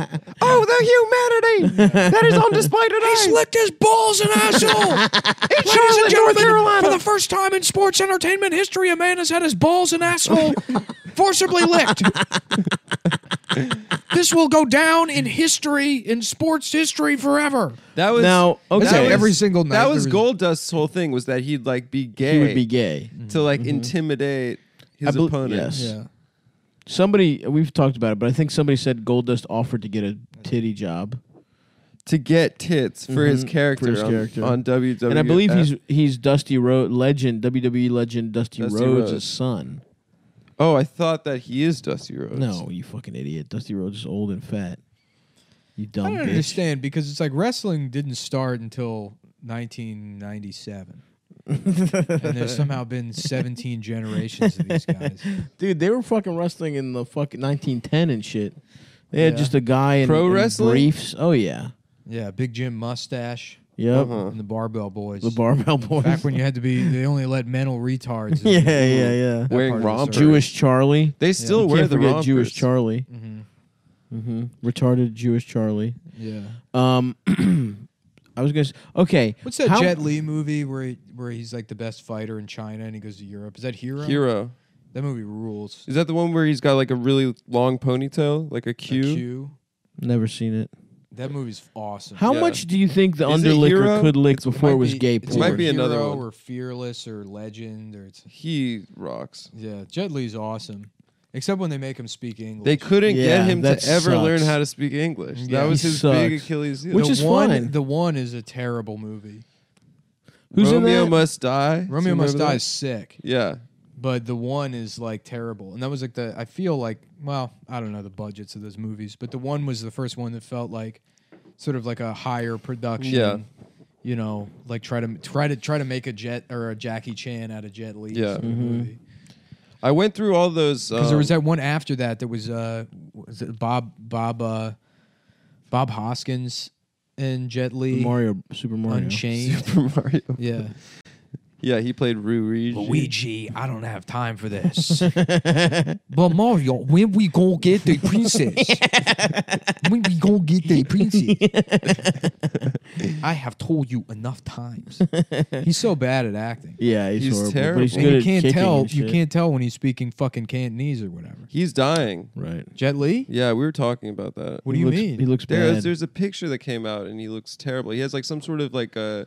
[laughs] no, Oh, the humanity that is on display today. he's licked his balls and [laughs] asshole. In Charlotte, North Carolina. for the first time in sports entertainment history, a man has had his balls and [laughs] asshole forcibly licked. this will go down in history, in sports history, forever. [laughs] That was Now, okay. that was- Every single night That there was was- Gold Dust's whole thing was that he'd like be gay He would be gay. Mm-hmm. to like intimidate I his bel- opponent. yes. Somebody we've talked about it, but I think somebody said Goldust offered to get a titty job, To get tits for his character Mm-hmm. his on- character. on WWE. and I believe he's he's Dusty Road legend WWE legend Dusty, Dusty Rhodes' Rhodes. son. Oh, I thought that he is Dusty Rhodes. No, you fucking idiot. Dusty Rhodes is old and fat. You dumb I don't bitch. [laughs] understand because it's like wrestling didn't start until 1997. and there's somehow been 17 generations of these guys. Dude, they were fucking wrestling in the fucking 1910 and shit. They had Yeah. just a guy in Pro in wrestling? briefs. Oh yeah, Yeah, Big Jim Mustache yep. Uh-huh. and the Barbell Boys. The barbell boys. Back when you had to be, they only let mental retards. [laughs] yeah, yeah, yeah. That Wearing part of the rompers. story. Jewish Charlie. They still Can't wear the forget rompers. Mm-hmm. Jewish Charlie. Mhm. hmm Retarded Jewish Charlie. Yeah. Um, [clears throat] I was gonna. Say, okay, What's that how- Jet Li movie where he, where he's like the best fighter in China and he goes to Europe? Is that Hero? Hero. That movie rules. Is that the one where he's got like a really long ponytail, like a A queue? Q. Never seen it. That movie's awesome. How Yeah. much do you think the Is it underlicker Hero? could lick It before it might was be- gay it's porn? might either be another Hero one. or fearless or legend or it's He rocks. yeah. Jet Li's awesome, except when they make him speak English. They couldn't Yeah, get him that to ever sucks. learn how to speak English. Yeah. That was He his sucks. big Achilles heel. The Which is one, fine. The one is a terrible movie. Who's in Romeo that? Must Die. Do Romeo you Must remember Die that? is sick, Yeah. but the one is like terrible, and that was like the. I feel like well, I don't know the budgets of those movies, but the one was the first one that felt like sort of like a higher production. Yeah. You know, like try to try to try to make a jet or a Jackie Chan out of Jet Li. Yeah. sort of movie. I went through all those. Because there was um, that one after that that was uh was it Bob Bob uh Bob Hoskins and Jet Li Mario, Super Mario. [laughs] Unchained. [laughs] Super Mario. yeah. Yeah, he played Luigi. Luigi, I don't have time [laughs] for this. but Mario, when we gonna get the [laughs] princess? when we gonna get the princess? [laughs] I have told you enough times. [laughs] He's so bad at acting. Yeah, he's, He's horrible. But he's terrible. good And you at can't kicking tell and you shit. can't tell when he's speaking fucking Cantonese or whatever. He's dying. Right. Jet Li? Yeah, we were talking about that. What do He you looks- mean? He looks There bad. is, there's a picture that came out, and he looks terrible. He has like some sort of like a,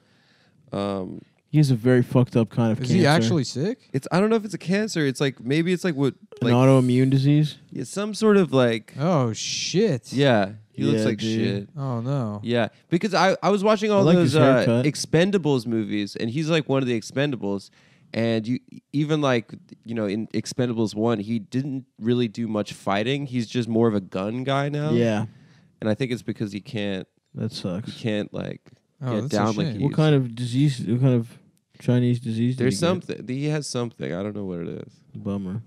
um, He has a very fucked up kind of Is cancer. he actually sick? it's I don't know if it's a cancer. It's like maybe it's like what an like autoimmune disease? it's some sort of like Oh shit. yeah. He Uh, looks Yeah, like dude. shit. Oh no. Yeah, because I, I was watching all like his those uh, haircut. Expendables movies, and he's like one of the Expendables. And you even like you know in Expendables one, he didn't really do much fighting. He's just more of a gun guy now. Yeah, and I think it's because he can't that he sucks. can't like Oh, get that's a down like shame. he What used kind of disease? What kind of Chinese disease? did he There's something. He has something. I don't know what it is. Get? Bummer.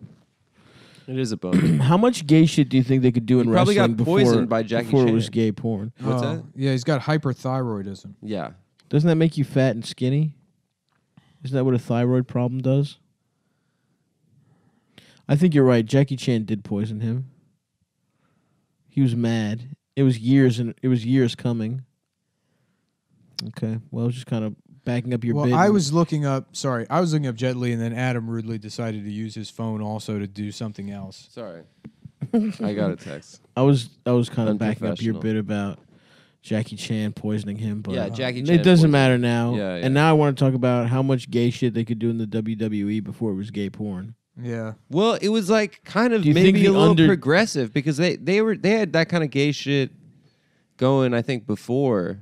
It is a bummer. How much gay shit do you think they could do in He probably wrestling got before, poisoned by Jackie before it was Chan. gay porn? Oh, What's [clears throat] that? Yeah, he's got hyperthyroidism. yeah. Doesn't that make you fat and skinny? Isn't that what a thyroid problem does? I think you're right. Jackie Chan did poison him. He was mad. It was years and it was years coming. Okay. Well, I was just kind of backing up your well, bid I and- was looking up. Sorry, I was looking up Jet Li, and then Adam Rudley decided to use his phone also to do something else. Sorry. I got a text. I was I was kind of backing up your Unprofessional. bit about Jackie Chan poisoning him, but Yeah, Jackie it Chan doesn't poisoned- matter now. Yeah, yeah. And now I want to talk about how much gay shit they could do in the WWE before it was gay porn. Yeah, Well, it was like kind of Do you think maybe the a little under- progressive because they they were they had that kind of gay shit going. I think before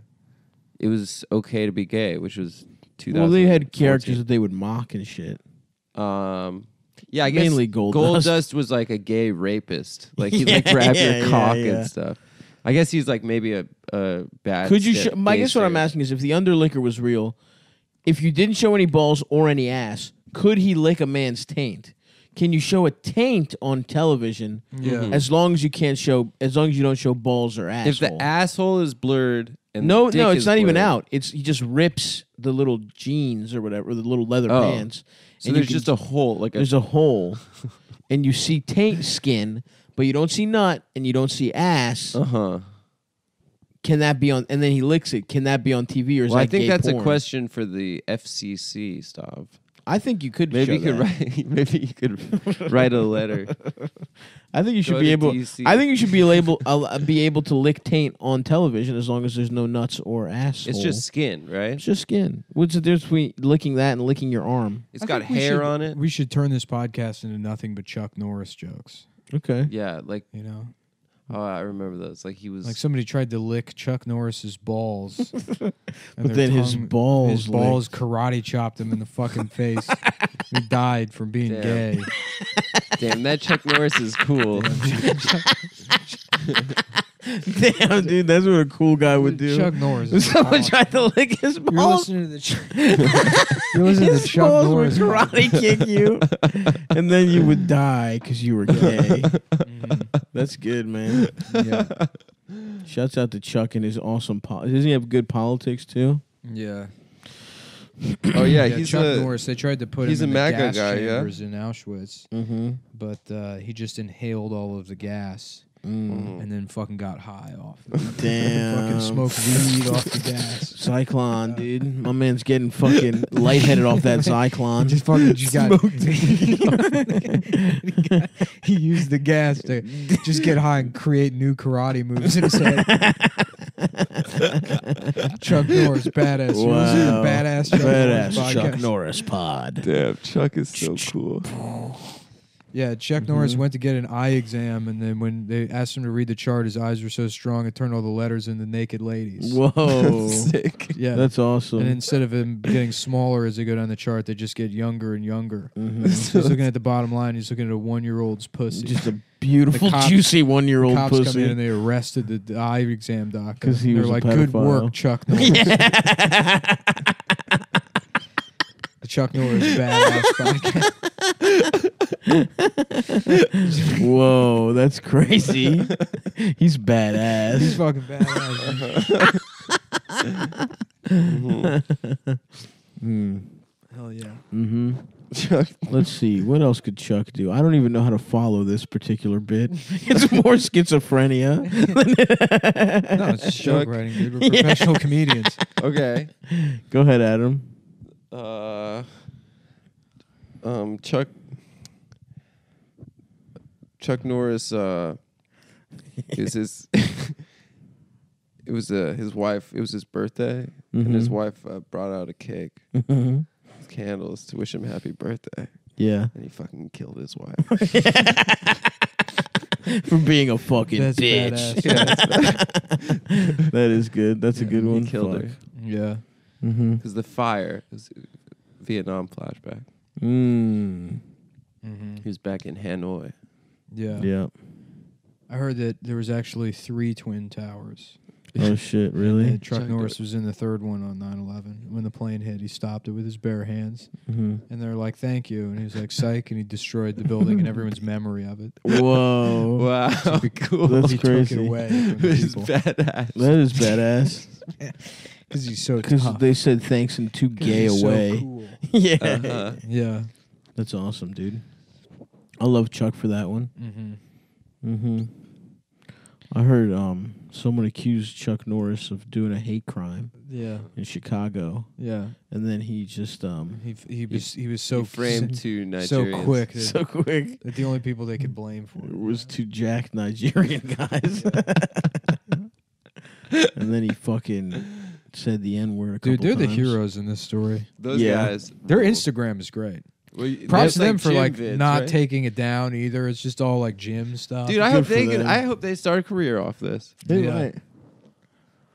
it was okay to be gay, which was 2000. Well, they had characters that they would mock and shit. Um, yeah, I guess Mainly Goldust. Goldust was like a [laughs] gay rapist. Like he like Yeah, grabbed yeah, your yeah, cock yeah. and stuff. I guess he's like maybe a, a bad. Could you? step Show, I gay guess what I'm stereotype. asking is, if the underlicker was real, if you didn't show any balls or any ass, could he lick a man's taint? can you show a taint on television? Yeah. As long as you can't show, as long as you don't show balls or asshole. If the asshole is blurred and no, the dick no, it's is not even blurred, out. It's he just rips the little jeans or whatever, the little leather Oh. pants. So and you there's can- just a hole, like a there's a hole, and you see taint skin, but you don't see nut and you don't see ass. uh huh. Can that be on? And then he licks it. Can that be on TV or is Well, I that think gay that's a porn? question for the FCC, Stav. I think you could Maybe you show could that. write. [laughs] Maybe you could write a letter. I think you should Go be to able. DC. I think you should [laughs] be able. uh, be able to lick taint on television as long as there's no nuts or ass. It's just skin, right? it's just skin. What's the difference between licking that and licking your arm? It's I got think we hair should- on it. We should turn this podcast into nothing but Chuck Norris jokes. Okay. Yeah, like You know, oh, I remember those. Like he was. like somebody tried to lick Chuck Norris's [laughs] balls, and But their then his tongue- balls his [laughs] balls karate chopped him in the fucking face. [laughs] he died from being [laughs] Damn. gay. Damn, that Chuck Norris is cool. Damn, dude, that's what a cool guy would do. Chuck Norris. is [laughs] Someone awesome. tried to lick his You're balls. listening to the Chuck. [laughs] You're listening to His Chuck balls Norris. would karate [laughs] kick you, and then you would die because you were gay. [laughs] Mhm. That's good, man. Yeah. Shouts out to Chuck and his awesome. Po- Doesn't he have good politics too? Yeah. Oh yeah, Yeah, he's Chuck a Norris. They tried to put he's him a in the MAGA gas guy, yeah? chambers in Auschwitz, Mm-hmm. but uh, he just inhaled all of the gas Mm. and then fucking got high off. [laughs] It. [laughs] Damn. fucking smoked weed off the gas. Cyclone, dude. My man's getting fucking lightheaded off that Cyclone. Just fucking just got [laughs] [laughs] he used the gas to just get high and create new karate moves in his [laughs] head. Chuck Norris, badass. You're listening to Wow. badass Chuck Norris Badass podcast. Chuck Norris pod. damn Chuck is so cool. Yeah, Chuck Mm-hmm. Norris went to get an eye exam, and then when they asked him to read the chart, his eyes were so strong it turned all the letters into naked ladies. [laughs] Whoa. Sick. Yeah, That's and awesome. instead of him getting smaller as they go down the chart, they just get younger and younger. [laughs] he's looking at the bottom line. He's looking at a one-year-old's pussy. Mm-hmm. Just a beautiful, The cops- juicy one year old cops come in and [laughs] pussy. they arrested the, the eye exam doc 'Cause he they're was a like, "Good pedophile." work, Chuck Norris." [laughs] the Chuck Norris badass [laughs] podcast. [laughs] Whoa, that's crazy. He's badass. [laughs] He's fucking badass. man. Hell yeah! Mm-hmm. Chuck. Let's see. What else could Chuck do? I don't even know how to follow this particular bit. [laughs] It's more schizophrenia. [laughs] No, [laughs] it's just joke Chuck. writing, dude. We're professional comedians. Okay. Go ahead, Adam. Uh, um, Chuck. Chuck Norris. Uh, is his. [laughs] it was uh, his wife. It was his birthday, and his Mm-hmm. Mhm. wife uh, brought out a cake, with candles to wish him happy birthday, yeah. and he fucking killed his wife. For being a fucking That's bitch. badass. Yeah. [laughs] That is good. That's a good he one. killed her. yeah. Mm-hmm. Because the fire is Vietnam flashback. Mm. hmm He was back [laughs] in Hanoi. yeah, Yeah. I heard that there was actually three twin towers. Oh shit! And Really? Chuck Chuck Norris was in the third one on 9/11. When the plane hit, he stopped it with his bare hands. Mm-hmm. And they're like, "Thank you," and he was like, "Psych," and he destroyed the building and [laughs] everyone's memory of it. Whoa. Wow, cool. That's he crazy. took it away [laughs] He's from the badass. That is badass. because he's so Because tough. they said thanks and too 'Cause gay he's so away. cool. yeah. Uh-huh. Yeah. That's awesome, dude. I love Chuck for that one. Mm-hmm. Mm-hmm. I heard um someone accused Chuck Norris of doing a hate crime Yeah. in Chicago, Yeah. and then he just um He f- he was he was so he framed two Nigerians. so quick that, [laughs] so quick [laughs] that the only people they could blame for it. was two jacked Nigerian [laughs] guys, and then he fucking said the n word. Dude, they're the heroes in this story. Those Yeah. guys. Their rule. Instagram is great. Well, y- Props that's to them for gym like vids, not right? taking it down either. It's just all like gym stuff. Dude, I Good hope for they can. them. I hope they start a career off this. They Yeah. might.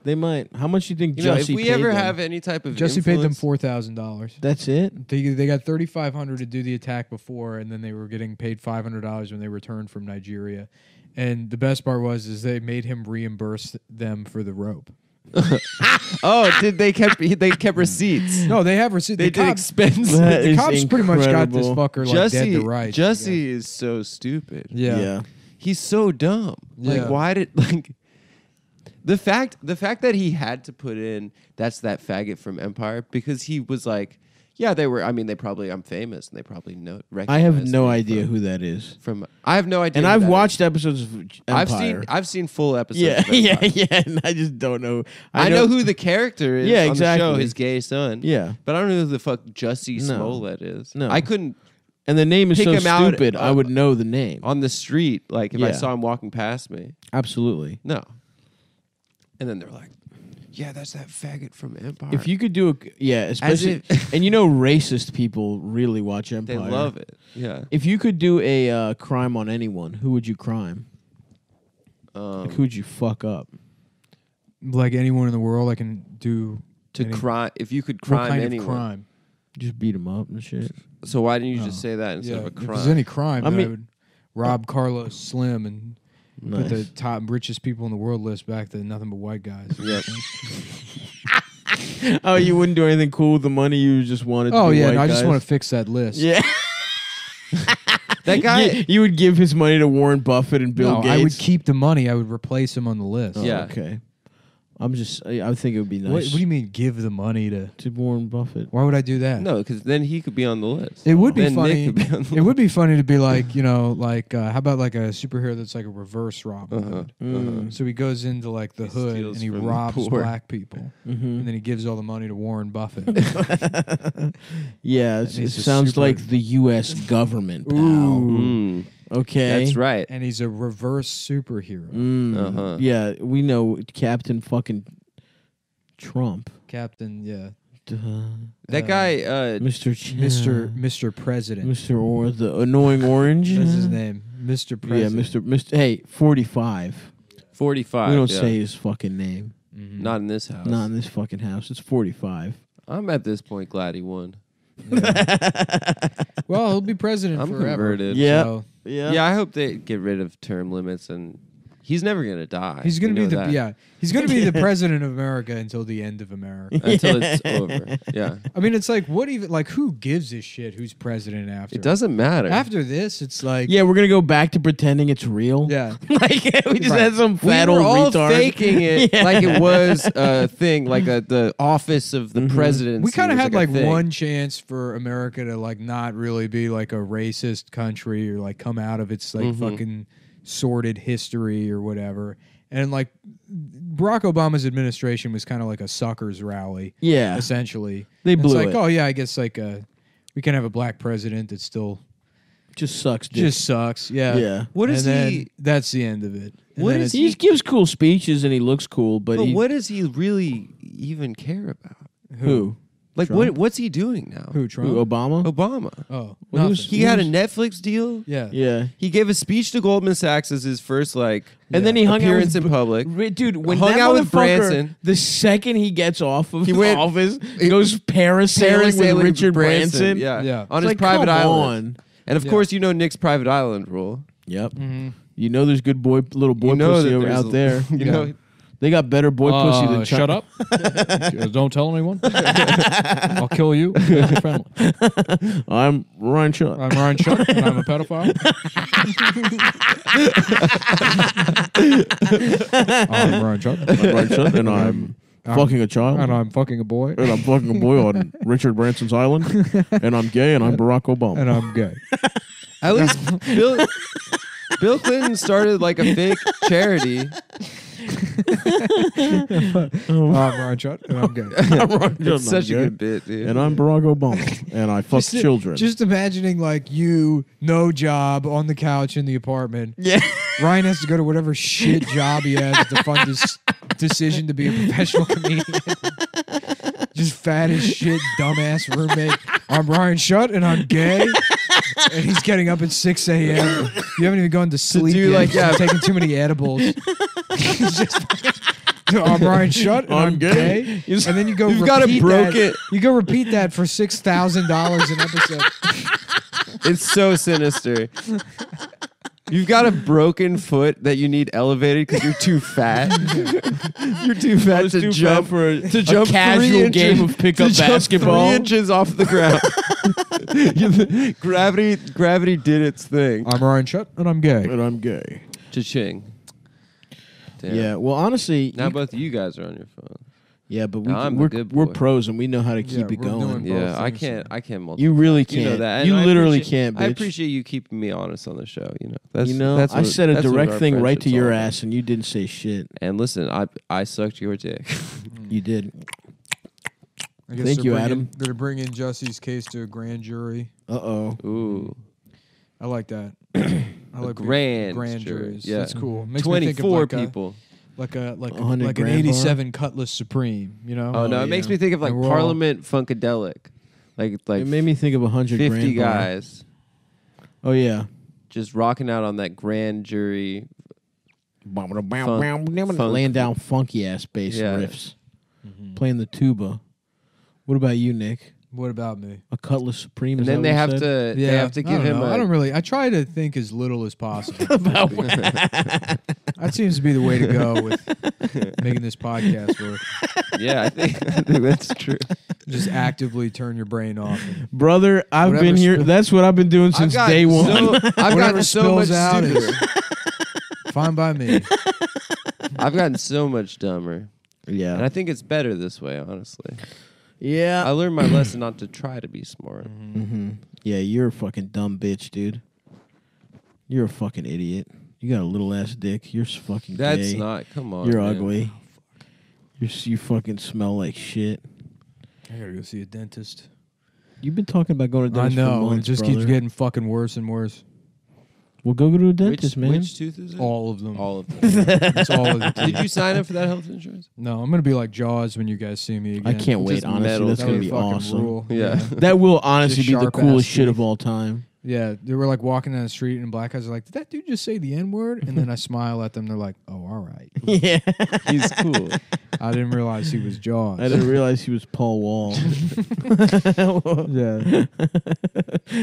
They might. How much do you think You know, Jussie if we paid ever them? have any type of Jesse paid them influence- four thousand dollars. That's it. They, they got thirty five hundred to do the attack before, and then they were getting paid five hundred dollars when they returned from Nigeria. And the best part was, is they made him reimburse them for the rope. Oh, did they kept they kept receipts? No, they have received. They the did cops, expense. the [laughs] That is cops pretty much got this incredible. fucker like dead Jesse, to rights. I guess. Jesse is so stupid. Yeah. he's so dumb. Like, Yeah. why did [laughs] like the fact the fact that he had to put in that's that faggot from Empire because he was like, yeah, they were. I mean, they probably I'm famous and they probably know. I have recognize no me idea from, who that is. from. I have no idea. And who I've that is. watched episodes of Empire. I've seen I've seen full episodes. yeah, of yeah, Empire. yeah. And I just don't know. I, know, who the character is. Yeah, on the show, exactly. his gay son. Yeah. but I don't know who the fuck Jussie No. Smollett is. No. I couldn't And the name is Pick so him out, stupid. I uh, would know the name. on the street. Like if I Yeah. saw him walking past me, Absolutely. no. And then they're like, "Yeah, that's that faggot from Empire." If you could do a yeah, especially if- [laughs] and you know racist people really watch they Empire. love it. Yeah. If you could do a uh, crime on anyone, who would you crime? Um, Like, who'd you fuck up? Like anyone in the world, I can do to any- crime, if you could what crime kind anyone, of crime. Just beat him up and shit. so why didn't you just Oh, say that instead yeah, of a if crime? there's any crime, I then I, mean- would rob Carlos Slim and put the Nice. top richest people in the world list back to nothing but white guys. [laughs] Yep. [laughs] oh, you wouldn't do anything cool with the money. You just wanted. oh to be yeah, white and I just guys? [laughs] want to fix that list. Yeah, that guy. you, you would give his money to Warren Buffett and Bill no, Gates. I would keep the money. I would replace him on the list. Oh, Yeah. Okay. I'm just. I, I think it would be nice. What, what do you mean? Give the money to? to Warren Buffett? Why would I do that? No, because then he could be on the list. It would be Then Nick funny. could be on the it would be funny [laughs] to be like, you know, like uh, how about like a superhero that's like a reverse Robin Uh-huh, Hood? uh-huh. So he goes into like the He hood and steals he from the robs poor. black people, Mm-hmm. and then he gives all the money to Warren Buffett. [laughs] Yeah, That it's, it needs a sounds super- like the U.S. government. Pal. Ooh. Mm, Okay. That's right. and he's a reverse superhero, Mm. Uh-huh. Yeah, we know Captain fucking Trump. Captain. Yeah, Duh. That Uh, guy. Uh, Mr. Ch- Mister Mister President. Mr. Or the annoying orange. That's his name, Mister Yeah, President. Mr. Mr. Hey, 45. Forty-five. we don't yeah. say his fucking name. Mhm. Not in this house. Not in this fucking house. It's 45. I'm at this point glad he won. Mm-hmm. Well, he'll be president I'm forever. converted. Yeah. So yeah. I hope they get rid of term limits, and he's never gonna die. he's gonna You be know the that. yeah. He's gonna be the president of America until the end of America. [laughs] [laughs] until it's over. Yeah, I mean, it's like what even like who gives a shit who's president after? it doesn't matter. After this, it's like Yeah, we're going to go back to pretending it's real. yeah. [laughs] like, we just Right. had some we fat were old all retard. faking [laughs] it Yeah. like it was a thing, like a, the office of Mm-hmm. the president. We kind of had like, a thing. one chance for America to like not really be like a racist country or like come out of its like fucking sordid history or whatever. And like Barack Obama's administration was kind of like a suckers rally, Yeah. essentially. They And blew it's like, it. oh yeah, I guess like uh, we can have a black president that still Just sucks, dude. just sucks. Yeah. Yeah. What is And then he- That's the end of it. And What then is it's- he just gives cool speeches and he looks cool, but, But he, what does he really even care about? who? Like, Trump? what what's he doing now? Who Who? Trump? Obama? Obama. oh, Well, he was- nothing. He had a Netflix deal. yeah. Yeah. He gave a speech to Goldman Sachs as his first like And then he hung out appearance with in public. Ri- Dude, when Hung that out with motherfucker- Branson. the second he gets off of He went- office, goes parasailing, Parasailing with Richard Branson. Yeah. Yeah. On It's his like, private come on. island. And of Yeah. course, you know Nick's private island rule. Yep. Mhm. You know there's good boy, little boy you know pussy over there's out a- there. [laughs] You know, They got better boy pussy than Uh, Chi- shut up. Uh, Don't tell anyone. [laughs] I'll kill you. I'm friendly. I'm Ryan Shut. I'm Ryan Shutt, and I'm a pedophile. I'm Ryan Shutt, I'm Ryan Shut, and I'm, [laughs] I'm- fucking a child. and I'm fucking a boy, and I'm fucking a boy [laughs] on Richard Branson's island, and I'm gay, and I'm Barack Obama. and I'm gay. at [laughs] least Bill Bill Clinton started like a fake [laughs] charity. I'm Ryan Shutt, and I'm gay. I'm Ryan Shut, and It's I'm such a gay, good bit, dude. [laughs] And I'm Barack Obama, and I fuck children. Just imagining like you, no job, on the couch in the apartment. yeah. [laughs] Ryan has to go to whatever shit job he has to fund his decision to be a professional [laughs] comedian. Just fat as shit, dumbass roommate. I'm Ryan Shutt and I'm gay. And he's getting up at 6 a.m. You haven't even gone to sleep do, yet. like, You're yeah. taking too many edibles. [laughs] He's just- I'm Ryan Shutt and I'm, I'm gay. gay. And then you go You've gotta repeat broke that- it. You go repeat that for $6,000 an episode. It's so sinister. You've got a broken foot that you need elevated because you're too fat. [laughs] you're too I fat was to too fat jump for a- to a jump casual three inches, game of pickup to jump basketball. Three inches off the [laughs] [laughs] ground. gravity, gravity did its thing. I'm Ryan Shutt, and I'm gay. But I'm gay. Cha-ching. Yeah. Damn. well, honestly, Now you- both you guys are on your phone. yeah, but we, Now I'm the we're good we're boy. pros and we know how to keep Yeah, it we're going. doing- Yeah, I things. can't. I can't multitask. You really can't. You know that. and You I literally appreciate- can't. Bitch. I appreciate you keeping me honest on the show. You know, that's you know, That's I what- said a that's what direct our thing right to friendship's all your about. ass, and you didn't say shit. And listen, I I sucked your [laughs] dick. You I did. guess Thank they're you, bringing, Adam. They're bringing Jesse's case to a grand jury. Uh oh. Ooh, I like [clears throat] that. I like big- grand grand jury, juries. yeah. That's cool. Makes me twenty think of four like a- people. like a like a, 100 like an grand bar? 87 Cutlass Supreme, you know? oh no, it yeah. makes me think of like And we're all- Parliament Funkadelic, like like It made me think of a hundred fifty grand bar. guys Oh yeah. just rocking out on that grand jury. funk. Laying down funky ass bass Yeah. riffs, playing the tuba. What about you, Nick? What about me? A Cutlass Supreme. And is then that they what have you said? to they have to I give don't him. know. I I don't really. I try to think as little as possible. [laughs] [laughs] that seems to be the way to go with [laughs] making this podcast work. yeah, I think, [laughs] I think that's true. Just actively turn your brain off. and brother. I've Whatever been here. spill- That's what I've been doing I've since got day one. So, [laughs] I've whatever gotten so much spills out stupider. is fine by [laughs] me. I've gotten so much dumber, and yeah, [laughs] I think it's better this way. Honestly, yeah, I learned my lesson not to try to be smart. hmm yeah. You're a fucking dumb bitch, dude. You're a fucking idiot. You got a little ass dick. You're s- fucking. That's gay. not. Come on, You're man. ugly. You s- you fucking smell like shit. I gotta go see a dentist. You've been talking about going to I dentist for know. months, it just keeps brother. getting fucking worse and worse. Well, go to a Which, dentist, man. which tooth is it? All of them. All of them. It's all [laughs] of the teeth. Did you sign up for that health insurance? No, I'm gonna be like Jaws when you guys see me I again. can't wait. Just Honestly, metal that's That gonna would be fucking awesome. rule. Yeah. That will honestly Just be the sharp-ass coolest shit of teeth. all time. Yeah, they were like walking down the street, and black guys are like, "Did that dude just say the n word?" And then I smile at them. They're like, "Oh, all right." yeah, [laughs] He's cool. I didn't realize he was Jaws. I didn't realize he was Paul [laughs] Wall. yeah,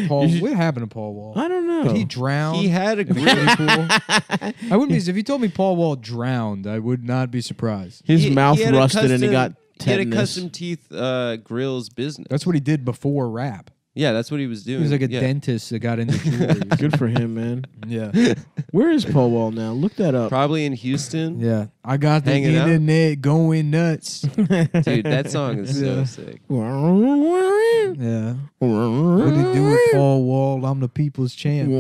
Paul. You should- What happened to Paul Wall? I don't know. Did he drown? he had a in great. Waiting Pool? [laughs] I wouldn't be if you told me Paul Wall drowned. I would not be surprised. His he- mouth he had a rusted and he custom- got He had a tetanus. custom teeth uh, grills business. That's what he did before rap. yeah, that's what he was doing. He was like a yeah. dentist that got [laughs] into jewelry. Good for him, man. yeah, Where is Paul Wall now? Look that up. Probably in Houston. yeah. I got the Hanging out? internet going nuts. [laughs] Dude, that song is so Yeah. sick. what yeah, what they do with Paul Wall? I'm the people's champ.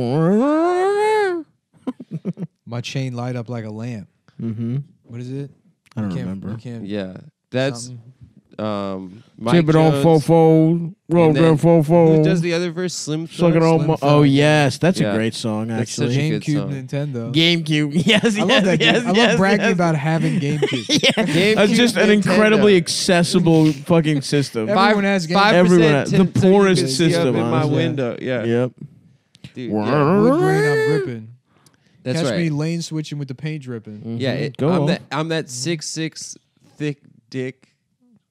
My chain light up like a lamp. Mm-hmm. What is it? I don't You can't- remember. You can't. Yeah. That's something. um Mike Tip it on Jones. four fold, roll And then down four Who does fold, the other verse? Slim suck it Thug? on. Slim My, Thug. oh yes, that's Yeah. a great song That's such actually. a good GameCube song. Nintendo. GameCube. [laughs] Yes, I love that game. I love bragging [laughs] about having [laughs] GameCube. Game It's just an Nintendo. incredibly accessible fucking system. Every- Everyone has game- Five Everyone percent. has- the poorest up system, in my honestly. window. Yeah. Yep. Dude, yeah. Wood grain, I'm ripping. That's Catch right. Mm-hmm. me lane switching with the paint dripping. Yeah, it, Go I'm on. that I'm that six six thick dick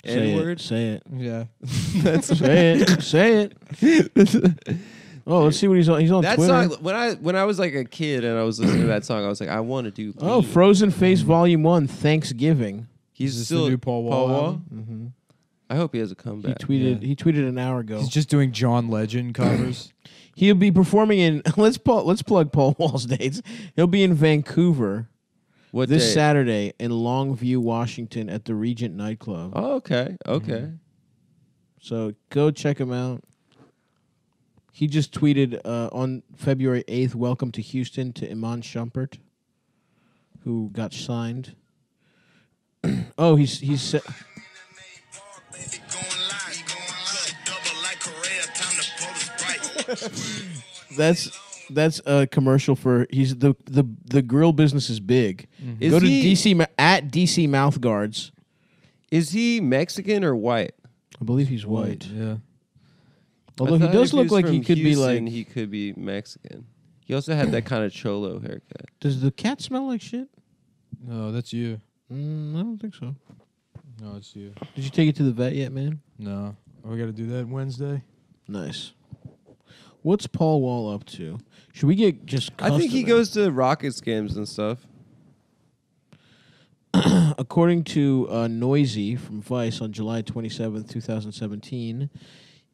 Say N [laughs] word. it. Say it. Mm. Yeah. That's Say it. Say it. Oh, let's see what he's on. He's on [laughs] that Twitter. song. When I when I was like a kid and I was listening to that song, I was like, I want to do. Oh, lean. Frozen Face Volume One, Thanksgiving. he's this the still new Paul Wall album? Mm-hmm. I hope he has a He comeback. tweeted. Yeah. He tweeted an hour ago. He's just doing John [coughs] Legend covers. He'll be performing in. [laughs] Let's Paul, let's plug Paul Wall's dates. He'll be in Vancouver what this day? Saturday in Longview, Washington, at the Regent nightclub. Oh, okay, okay. Mm-hmm. So go check him out. He just tweeted uh, on February eighth, "Welcome to Houston" to Iman Shumpert, who got signed. [clears throat] oh, he's he's. sa- That's that's a commercial for he's the the the grill business Mm-hmm. is big. Is Go to he- DC Ma- at DC Mouth Guards. Is he Mexican or white? I believe he's white. Yeah. Although I he thought does if look was like he from could be Houston, like. he could be Mexican. He also had that kind of cholo haircut. Does the cat smell like shit? No, that's you. Mm, I don't think so. No, it's you. Did you take it to the vet yet, man? No. Oh, we got to do that Wednesday? Nice. What's Paul Wall up to? Should we get just? I think custody? he goes to Rockets games and stuff. [clears throat] According to uh, Noisy from Vice on July 27th, 2017,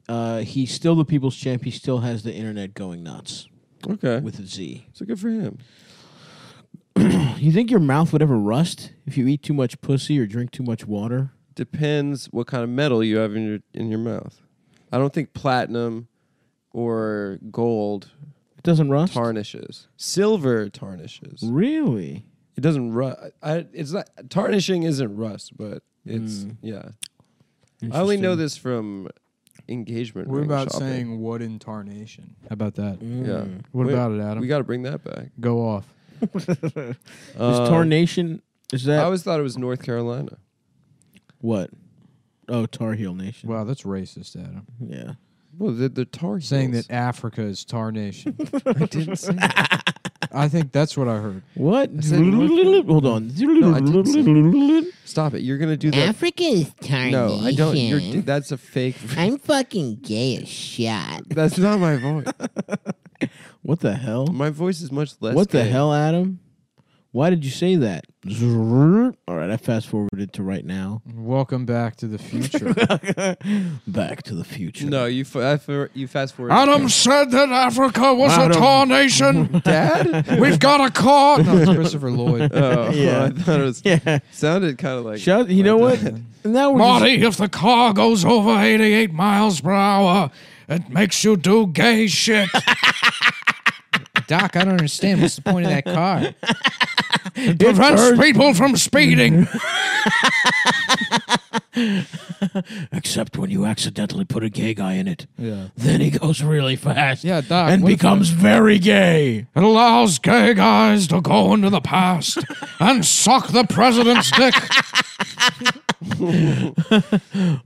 uh, he's still the people's champ. He still has the internet going nuts Okay. with a Z. so good for him. You think your mouth would ever rust if you eat too much pussy or drink too much water? Depends what kind of metal you have in your in your mouth. I don't think platinum or gold It doesn't rust? tarnishes. Silver tarnishes. Really? It doesn't rust. I, it's not tarnishing isn't rust, but it's yeah. I only know this from engagement. What ring about shopping. saying what in tarnation? How about that? Mm. yeah. What We- about it, Adam? We got to bring that back. Go off. Is Um, tarnation? Is I that always thought it was North Carolina. what? Oh, Tar Heel Nation. Wow, that's racist, Adam. yeah. Well, the, the Tar Heels. Saying that Africa is [laughs] tarnation. I didn't say that. I think that's what I heard. What? said North- Hold on. I didn't Stop it! You're gonna do that. Africa is tarnation. No, I don't. You're, that's a fake. I'm fucking gay as shit. That's not my voice. what the hell? My voice is much less. what the gay. hell, Adam? Why did you say that? All right, I fast forwarded to right now. Welcome back to the [laughs] future. Back to the future. No, you f- I f- you fast forward. said that Africa was Adam. tarnation. [laughs] Dad. We've got a car. No, it's Christopher Lloyd. [laughs] Oh, [laughs] Yeah. I thought it was, [laughs] Yeah. sounded kind of like. Shut. You know what? Now we're if the car goes over 88 miles per hour, it makes you do gay shit. [laughs] Doc, I don't understand. What's the point of that car? [laughs] It prevents people from [laughs] speeding. just- except when you accidentally put a gay guy in it. Yeah. Then he goes really fast. Yeah, Doc, And what if becomes very gay. It allows gay guys to go into the past and suck the president's dick.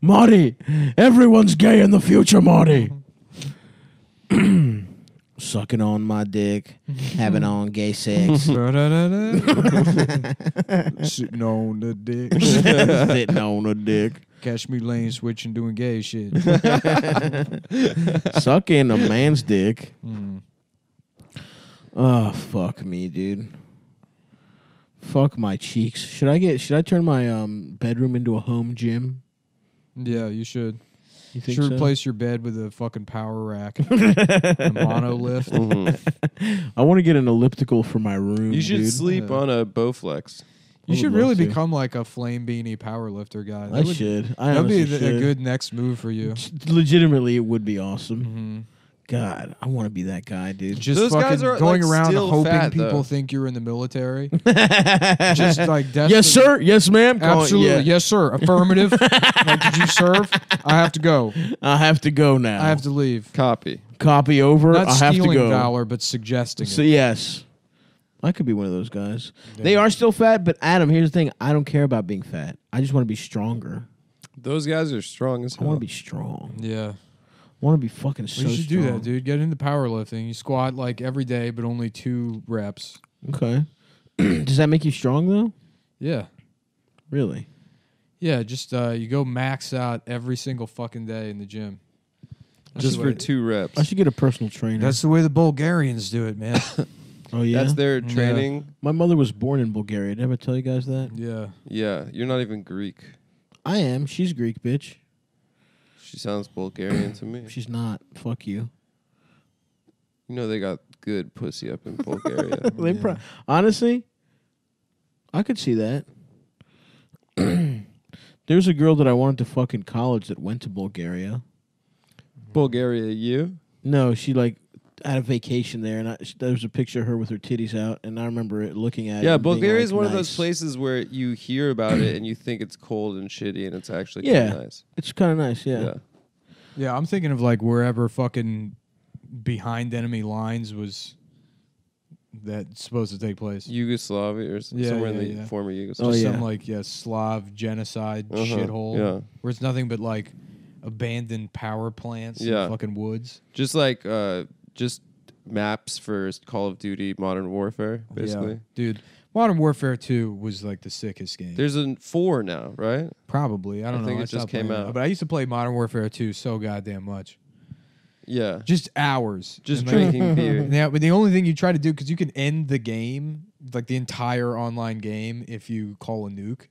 Marty, everyone's gay in the future, Marty. [clears throat] Sucking on my dick, having on gay [laughs] [laughs] sex, Sitting on the dick. [laughs] sitting on a dick, Catch me lane switching, doing gay [laughs] shit. sucking a man's dick. Mm. Oh fuck me, dude. Fuck my cheeks. Should I get? Should I turn my um bedroom into a home gym? Yeah, you should. You You think should so? replace your bed with a fucking power rack, and a [laughs] monolift. I want to get an elliptical for my room. You should dude. sleep Yeah. on a Bowflex. You would should love really to. become like a flame beanie power lifter guy. I would, should. I That'd be honestly the- should. a good next move for you. Legitimately, it would be awesome. God, I want to be that guy, dude. Mm-hmm. Just Those fucking guys are, going like, around still hoping fat, people though. think you're in the [laughs] military. Just like desperate. Yes, sir. Yes, ma'am. Call it. Absolutely. Yeah. Yes, sir. [laughs] Affirmative. like, did you serve? I have to go. I have to go now. I have to leave. Copy. copy over. Not I have to stealing go. valor, but suggesting So it. yes, I could be one of those guys. They are still fat, but Adam, here's the thing: I don't care about being fat. I just want to be stronger. Those guys are strong I as hell. want to be strong. Yeah. I want to be fucking so you should strong. do that, dude. Get into powerlifting. You squat like every day, but only two reps. Okay. [clears throat] Does that make you strong though? Yeah. Really? Yeah, just uh, you go max out every single fucking day in the gym. just for two I reps. should get a personal trainer. That's the way the Bulgarians do it, man. oh yeah. That's their training. My mother was born in Bulgaria. Did I ever tell you guys that? [laughs] yeah. Yeah, you're not even Greek. I am. She's Greek, bitch. She sounds Bulgarian [coughs] to me. She's not. Fuck you. You know they got good pussy up in Bulgaria. They pro- honestly, I could see that. [clears throat] There's a girl that I wanted to fuck in college that went to Bulgaria. Bulgaria, you? No, she like had a vacation there, and I, sh there was a picture of her with her titties out, and I remember it looking at it. Yeah, and being Bulgaria is like, one of those "Nice." places where you hear about it and you think it's cold and shitty, and it's actually Yeah, kind of nice. it's kind of nice. Yeah. Yeah. Yeah, I'm thinking of like wherever fucking behind enemy lines was that supposed to take place. Yugoslavia or s- Yeah, somewhere yeah, in the yeah. former Oh, Yugoslavia. Just yeah. some like yeah, Slav genocide Uh-huh, shithole. yeah. Where it's nothing but like abandoned power plants Yeah. and fucking woods. Just like uh, just maps for Call of Duty Modern Warfare, basically. Yeah. Dude, Modern Warfare 2 was like the sickest game. There's a four now, right? Probably. I don't know. think it stopped just came playing out. But I used to play Modern Warfare 2 so goddamn much. Yeah. just hours, Just And, like, [laughs] drinking beer. Now, but the only thing you try to do because you can end the game, like the entire online game, if you call a nuke,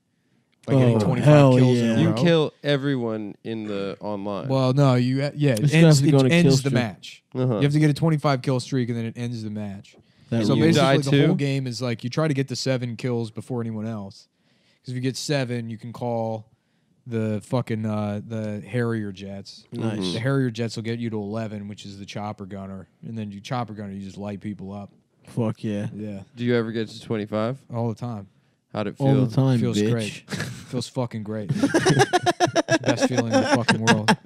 like Oh, getting twenty five hell kills yeah. in a You row. kill everyone in the online. Well, no, you yeah, It's it ends, definitely going it to kill ends the streak. match. Uh-huh. You have to get a twenty five kill streak, and then it ends the match. That so you rules. basically, die the too? whole game is like you try to get the seven kills before anyone else. Because if you get seven, you can call the fucking uh, the Harrier jets. Nice. The Harrier jets will get you to eleven, which is the chopper gunner, and then you chopper gunner, you just light people up. fuck yeah, Yeah, Do you ever get to 25? all the time. How'd it feel? all the time, Feels bitch. great. [laughs] Feels fucking great. [laughs] Best feeling in the fucking world.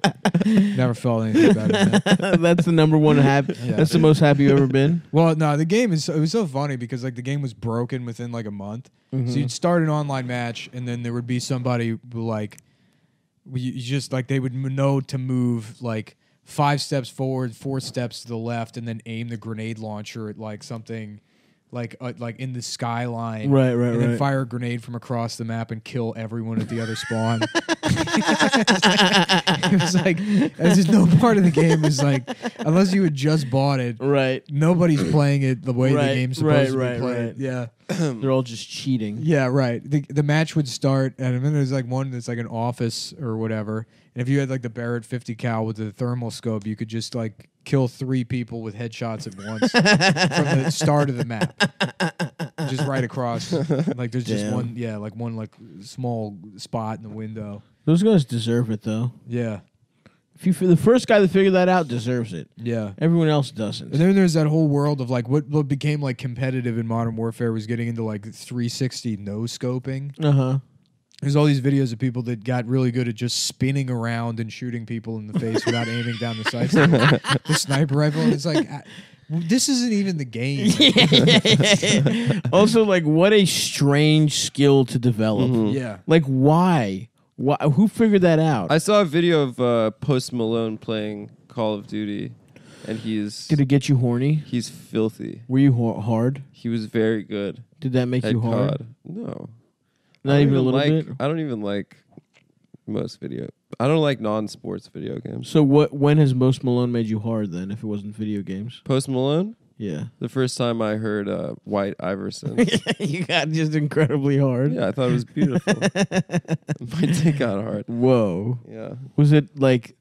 Never felt anything better. than that. [laughs] [laughs] that's the number one happy. Yeah. That's the most happy you've ever been. Well, no, the game is so, it was so funny because like the game was broken within like a month. Mm-hmm. So you'd start an online match, and then there would be somebody who, like, you you just like they would m- know to move like five steps forward, four steps to the left, and then aim the grenade launcher at like something. Like, uh, like in the skyline, Right, right, and then right. fire a grenade from across the map and kill everyone at the other [laughs] spawn. [laughs] it was like, there's just no part of the game is like, unless you had just bought it, Right. nobody's playing it the way Right, the game's right, supposed right, to be played. right. Yeah, Hmm. They're all just cheating. yeah, right. The, the match would start, and then there's like one that's like an office or whatever. And if you had like the Barrett 50 cal with the thermal scope, you could just like kill three people with headshots at once from the start of the [laughs] map, just right across. Like there's just Damn. one, yeah, like one like small spot in the window. Those guys deserve it though. Yeah, If you the first guy that figured that out deserves it. yeah. Everyone else doesn't. And then there's that whole world of like what, what became like competitive in Modern Warfare was getting into like 360 no scoping. Uh huh. [laughs] There's all these videos of people that got really good at just spinning around and shooting people in the face [laughs] without aiming down the sights. the sniper rifle. It's like, I, this isn't even the [laughs] game. also, like, what a strange skill to develop. Mm-hmm. Yeah. Like, why? Why? Who figured that out? I saw a video of uh, Post Malone playing Call of Duty, and he's Did it get you horny? he's filthy. Were you ho- hard? He was very good Did that make at you hard? COD. No, I Not don't even a little like, bit. I don't even like most video. I don't like non-sports video games. So, what? When has Most Malone made you hard then? If it wasn't video games? Post Malone, [laughs] Yeah. [laughs] the first time I heard uh, White Iverson, you got just incredibly hard. yeah, I thought it [laughs] was beautiful. My dick got hard. Whoa. Yeah, Was it like?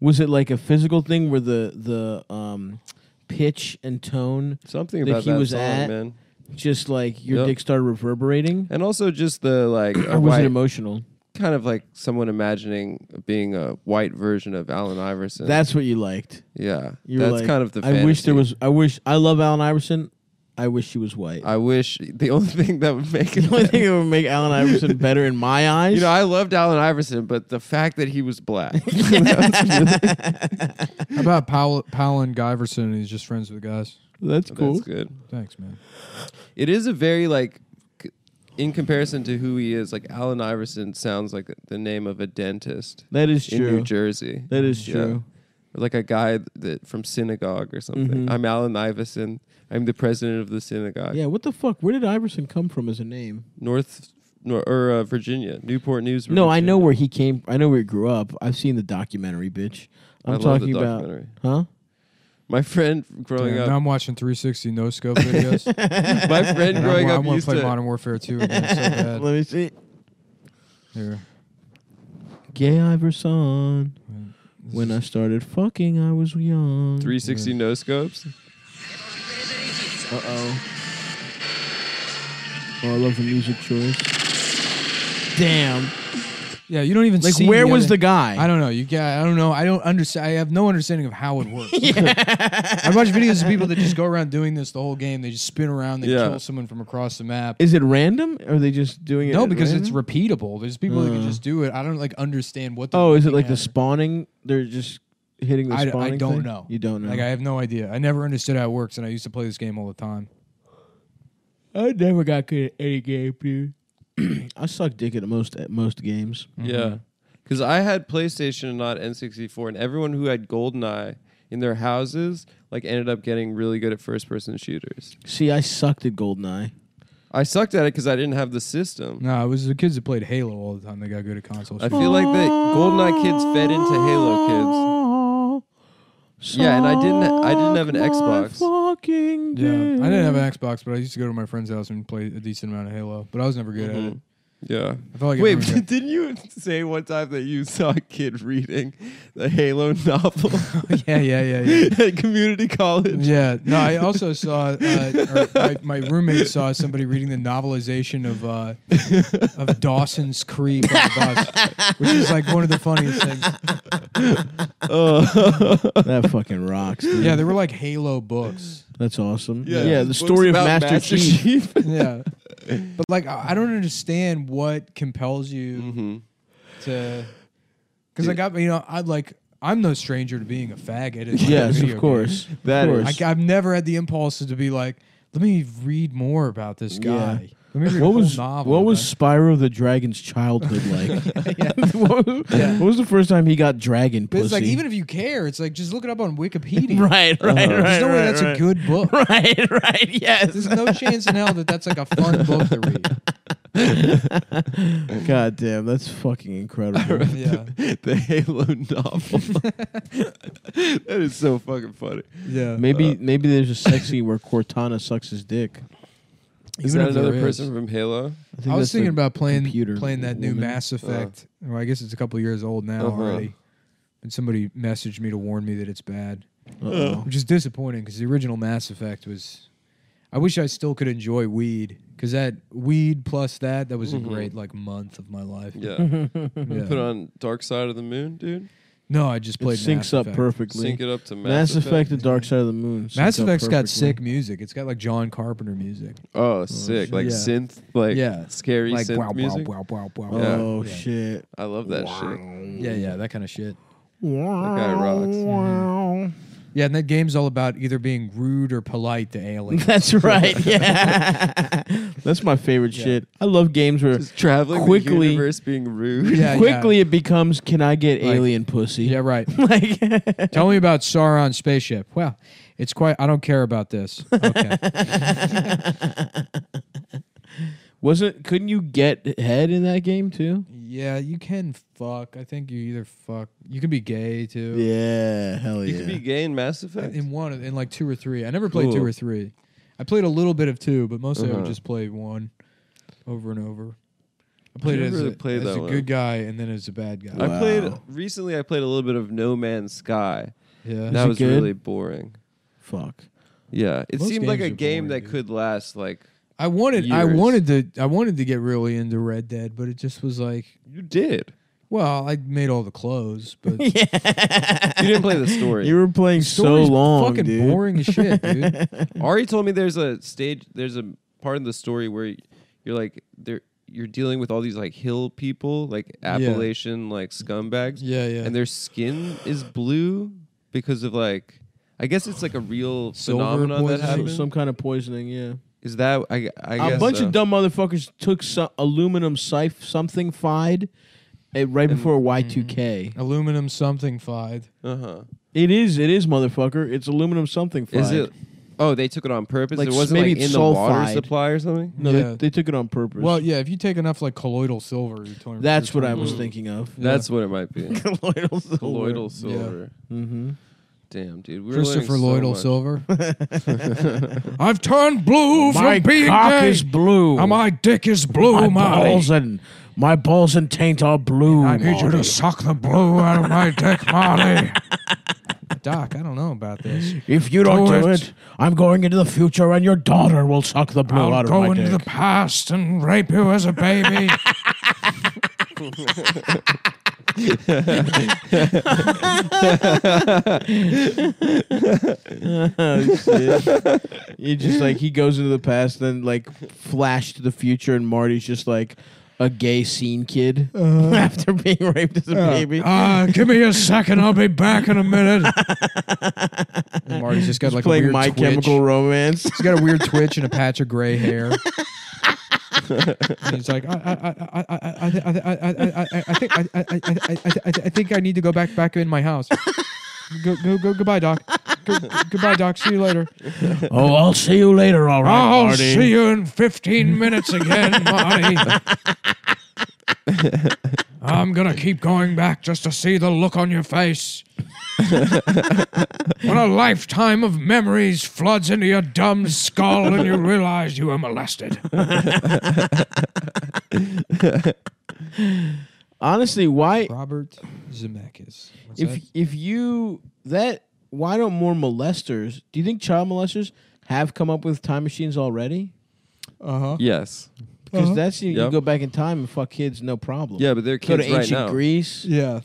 Was it like a physical thing where the the um, pitch and tone something That about he that was song, at- man. just like your Yep. dick started reverberating? And also just the like a Or was white- it emotional? kind of like someone imagining being a white version of Allen Iverson. That's what you liked. yeah. You were that's like, kind of the. I wish there fantasy. was. I wish. I love Allen Iverson. I wish she was white. I wish the only thing that would make [laughs] the it. only thing that would make Allen [laughs] Iverson better in my eyes. you know, I loved Allen Iverson, but the fact that he was [laughs] black. [laughs] How about Powell, Powell and Guyverson? and He's just friends with guys. that's cool. That's good. Thanks, man. It is a very like. c- In comparison to who he is, like Allen Iverson sounds like the name of a dentist That is in New true. Jersey. That is Yeah. true. Or like a guy that from synagogue or something. Mhm. I'm Allen Iverson. I'm the president of the synagogue. Yeah. What the fuck? Where did Iverson come from as a name? North nor, or uh, Virginia, Newport News. No, I Virginia. know where he came. I know where he grew up. I've seen the documentary, bitch. I I'm love the talking about. documentary. Huh? My friend growing Damn, now up. I'm watching 360 no [laughs] scope videos. [laughs] my friend And growing I, up want used to play to. Modern Warfare 2 again [laughs] [laughs] so bad. Let me see. Here. Gay Iverson. When I started fucking, I was young. 360 no scopes. Uh oh. Oh, I love the music choice. Damn. Yeah, you don't even Like, see where the was other- the guy? I don't know. You got. I don't know. I don't understand. I have no understanding of how it [laughs] works. I watch videos of people that just go around doing this the whole game. They just spin around. They Yeah. kill someone from across the map. Is it random? Or are they just doing it? no, at because it's random? repeatable. There's people that can Uh. just do it. I don't like understand what. they're oh, is it looking like the at. spawning? They're just hitting the I, spawning. I don't thing? know. You don't know. Like I have no idea. I never understood how it works, and I used to play this game all the time. I never got good at any game, dude. [clears throat] I suck dick at most at most games. Mm-hmm. Yeah. Because I had PlayStation and not N64, and everyone who had GoldenEye in their houses like ended up getting really good at first person shooters. See, I sucked at Goldeneye. I sucked at it because I didn't have the system. No, it was the kids that played Halo all the time. They got good at consoles. I feel like that GoldenEye kids fed into Halo kids. Yeah, and I didn't- I didn't have an Suck my Xbox. Fucking Yeah, I didn't have dick. an Xbox, but I used to go to my friend's house and play a decent amount of Halo. But I was never good at it. Mm-hmm. Mm-hmm. Yeah. I felt like I Wait, [laughs] never [laughs] got- didn't you say one time that you saw a kid reading the Halo [laughs] novel [laughs] yeah, yeah, yeah, yeah. [laughs] at community college? Yeah. No, I also saw uh, or my, my roommate saw somebody reading the novelization of uh, of Dawson's Creek on the bus, which is like one of the funniest things. [laughs] That fucking rocks. Dude. Yeah, they were like Halo books. That's awesome. Yeah. Yeah, the Books story of about Master, Master Chief. [laughs] Yeah. But like, I I don't understand what compels you Mm-hmm. to. Because I got you know I like I'm no stranger to being a faggot. in, like, Yes, video of course. That That is- is. games. I, have never had the impulse to be like, let me read more about this Yeah. guy. Let me read a What whole was novel. what about was it." Spyro the [laughs] Dragon's childhood like? [laughs] what, was, Yeah. what was the first time he got dragon But pussy? it's like [laughs] even if you care, it's like just look it up on Wikipedia. right, [laughs] right, right. There's no way right, that's right. a [laughs] good book. [laughs] Right, right. Yes. There's no chance in hell that that's like a fun book to read. [laughs] God damn, that's [laughs] fucking incredible. Yeah, the Halo novel. that is so fucking funny. yeah. maybe maybe there's a sex scene where Cortana sucks his dick. Is Even that if there another is. person from Halo? I was that's the thinking about playing computer playing that new woman. Mass Effect. well, I guess it's a couple years old now Uh-huh. already. And somebody messaged me to warn me that it's bad, Uh-oh. which is disappointing because the original Mass Effect was. I wish I still could enjoy weed because that weed plus that that was a great like month of my life. [laughs] Yeah. Yeah. Put on Dark Side of the Moon, dude. no, I just It played. syncs Mass up Effect. perfectly. Sync it up to Mass, Mass, Effect, The Dark Side of the Moon. Mass syncs up Effect's got perfectly. sick music. It's got like John Carpenter music. Oh, sick! Like Yeah. synth, like Yeah. scary like synth music. wow, wow, wow, wow. Yeah. Oh Yeah. [laughs] shit! I love that shit. Yeah, yeah, that kind of shit. That guy rocks. Yeah, and that game's all about either being rude or polite to [laughs] aliens. That's right. Yeah, [laughs] that's my favorite shit. I love games where Just traveling the Quickly- universe, being rude. Yeah, quickly it becomes, "Can I get Like- alien pussy?" yeah, right. [laughs] like [laughs] Tell me about Sauron's spaceship. Well, it's quite. I don't care about this. Okay. wasn't? Couldn't you get head in that game too? [laughs] yeah, you can fuck. I think you either fuck. You can be gay too. Yeah, hell [laughs] You could be gay in Mass Effect. In one, in like two or three. I never played two Cool. or three. I played a little bit of two, but mostly I would Uh-huh. just play one over and over. I played it as never a, really played as that a one. good guy and then as a bad guy. I Wow. played recently. I played a little bit of No Man's Sky. yeah. that it was good? really boring. Fuck. Yeah, it Most seemed like a games are game boring, that dude. could last like I wanted I years. wanted to I wanted to get really into Red Dead, but it just was like, you did. well, I made all the clothes, [laughs] but You didn't play the story. You were playing so Story's long, fucking dude. boring as shit, [laughs] dude. Ari told me there's a stage, there's a part of the story where you're like there, you're dealing with all these like hill people, like Appalachian like scumbags, yeah, yeah. and their skin is blue because of like, I guess it's like a real Silver phenomenon that poisoning? Some, happened. some kind of poisoning, yeah. Is that I? I A guess uh, bunch so. of dumb motherfuckers took some aluminum sif- something fied eh, right before Y2K. aluminum something fied. Uh huh. It is, it is, motherfucker. It's aluminum something fied. Is it? Oh, they took it on purpose. Like, it wasn't maybe like in it's the water sulfide. supply or something. No, Yeah. they, they took it on purpose. Well, Mm. yeah, if you take enough like colloidal silver, you're twenty. that's you're what I 20 was thinking of. Yeah. That's what it might be. [laughs] Colloidal Colloidal silver. Mm-hmm. Damn, dude. We're Christopher Lloydal so much. Silver. [laughs] [laughs] I've turned blue My from being cock gay. is blue. Uh, my dick is blue. my My, balls and my balls and taint are blue. I need you Marty. to suck the blue out of my dick, [laughs] Molly. Doc, I don't know about this. If you don't Do do, it. it. I'm going into the future, and your daughter will suck the blue out I'll of go my into dick. the past and rape you as a [laughs] baby. [laughs] He just like he goes into the past, then like flash to the future, and Marty's just like a gay scene kid Uh-huh. [laughs] after being raped as a baby. Ah, give me a second. I'll be back in a minute. And [laughs] Marty's just got like a Playing weird My twitch. Chemical Romance. He's got a weird twitch and a patch of gray hair. And he's like, I, I, I, I, I, I, I, I, I, I think, I, I, I, I, I, I think I need to go back, back in my house. Go, go, go, goodbye, Doc. Go, go- goodbye, Doc. See you later. oh, I'll see you later. All right, I'll Marty. see you in 15 minutes again, Marty. I'm going to keep going back just to see the look on your face. When a lifetime of memories floods into your dumb skull and you realize you were molested. Honestly, why Robert Zemeckis. What's if that? if you that why don't more molesters? Do you think child molesters have come up with time machines already? Uh-huh. yes. Because Uh-huh. that's you, you Yep. go back in time and fuck kids, no problem. Yeah, but they're go to kids right ancient now. Greece. Yeah.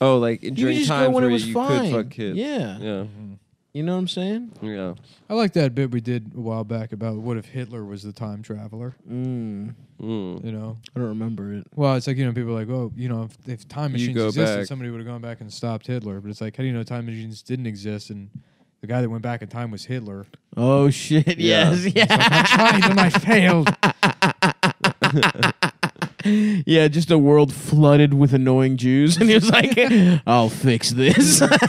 Oh, like You could during just times go when where it was you fine. could fuck kids. Yeah. Yeah. you know what I'm saying? Yeah. I like that bit we did a while back about what if Hitler was the time traveler, Mm, Mm. you know? I don't remember it. Well, it's like, you know, people are like, oh, you know, if, if time You machines go existed, back. somebody would have gone back and stopped Hitler. But it's like, how do you know time machines didn't exist? And the guy that went back in time [laughs] was Hitler. Oh shit! Yeah. Yes, [laughs] yeah, I tried and I failed. yeah. Just a world flooded with annoying Jews, [laughs] and he was [laughs] like, "I'll fix this." It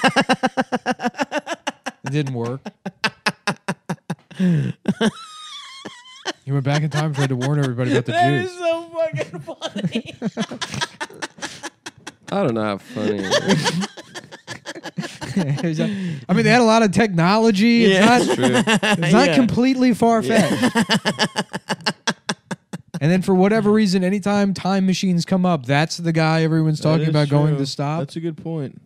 didn't work. you went back in time and tried to warn everybody about the [laughs] that Jews. is so fucking funny. I don't know how funny. it is. [laughs] It was like- I mean, they had a lot of technology. It's Yeah. not, True. [laughs] It's not Yeah. completely far fetched. [laughs] and then for whatever reason, anytime time machines come up, that's the guy everyone's talking about going to stop. That's a good point.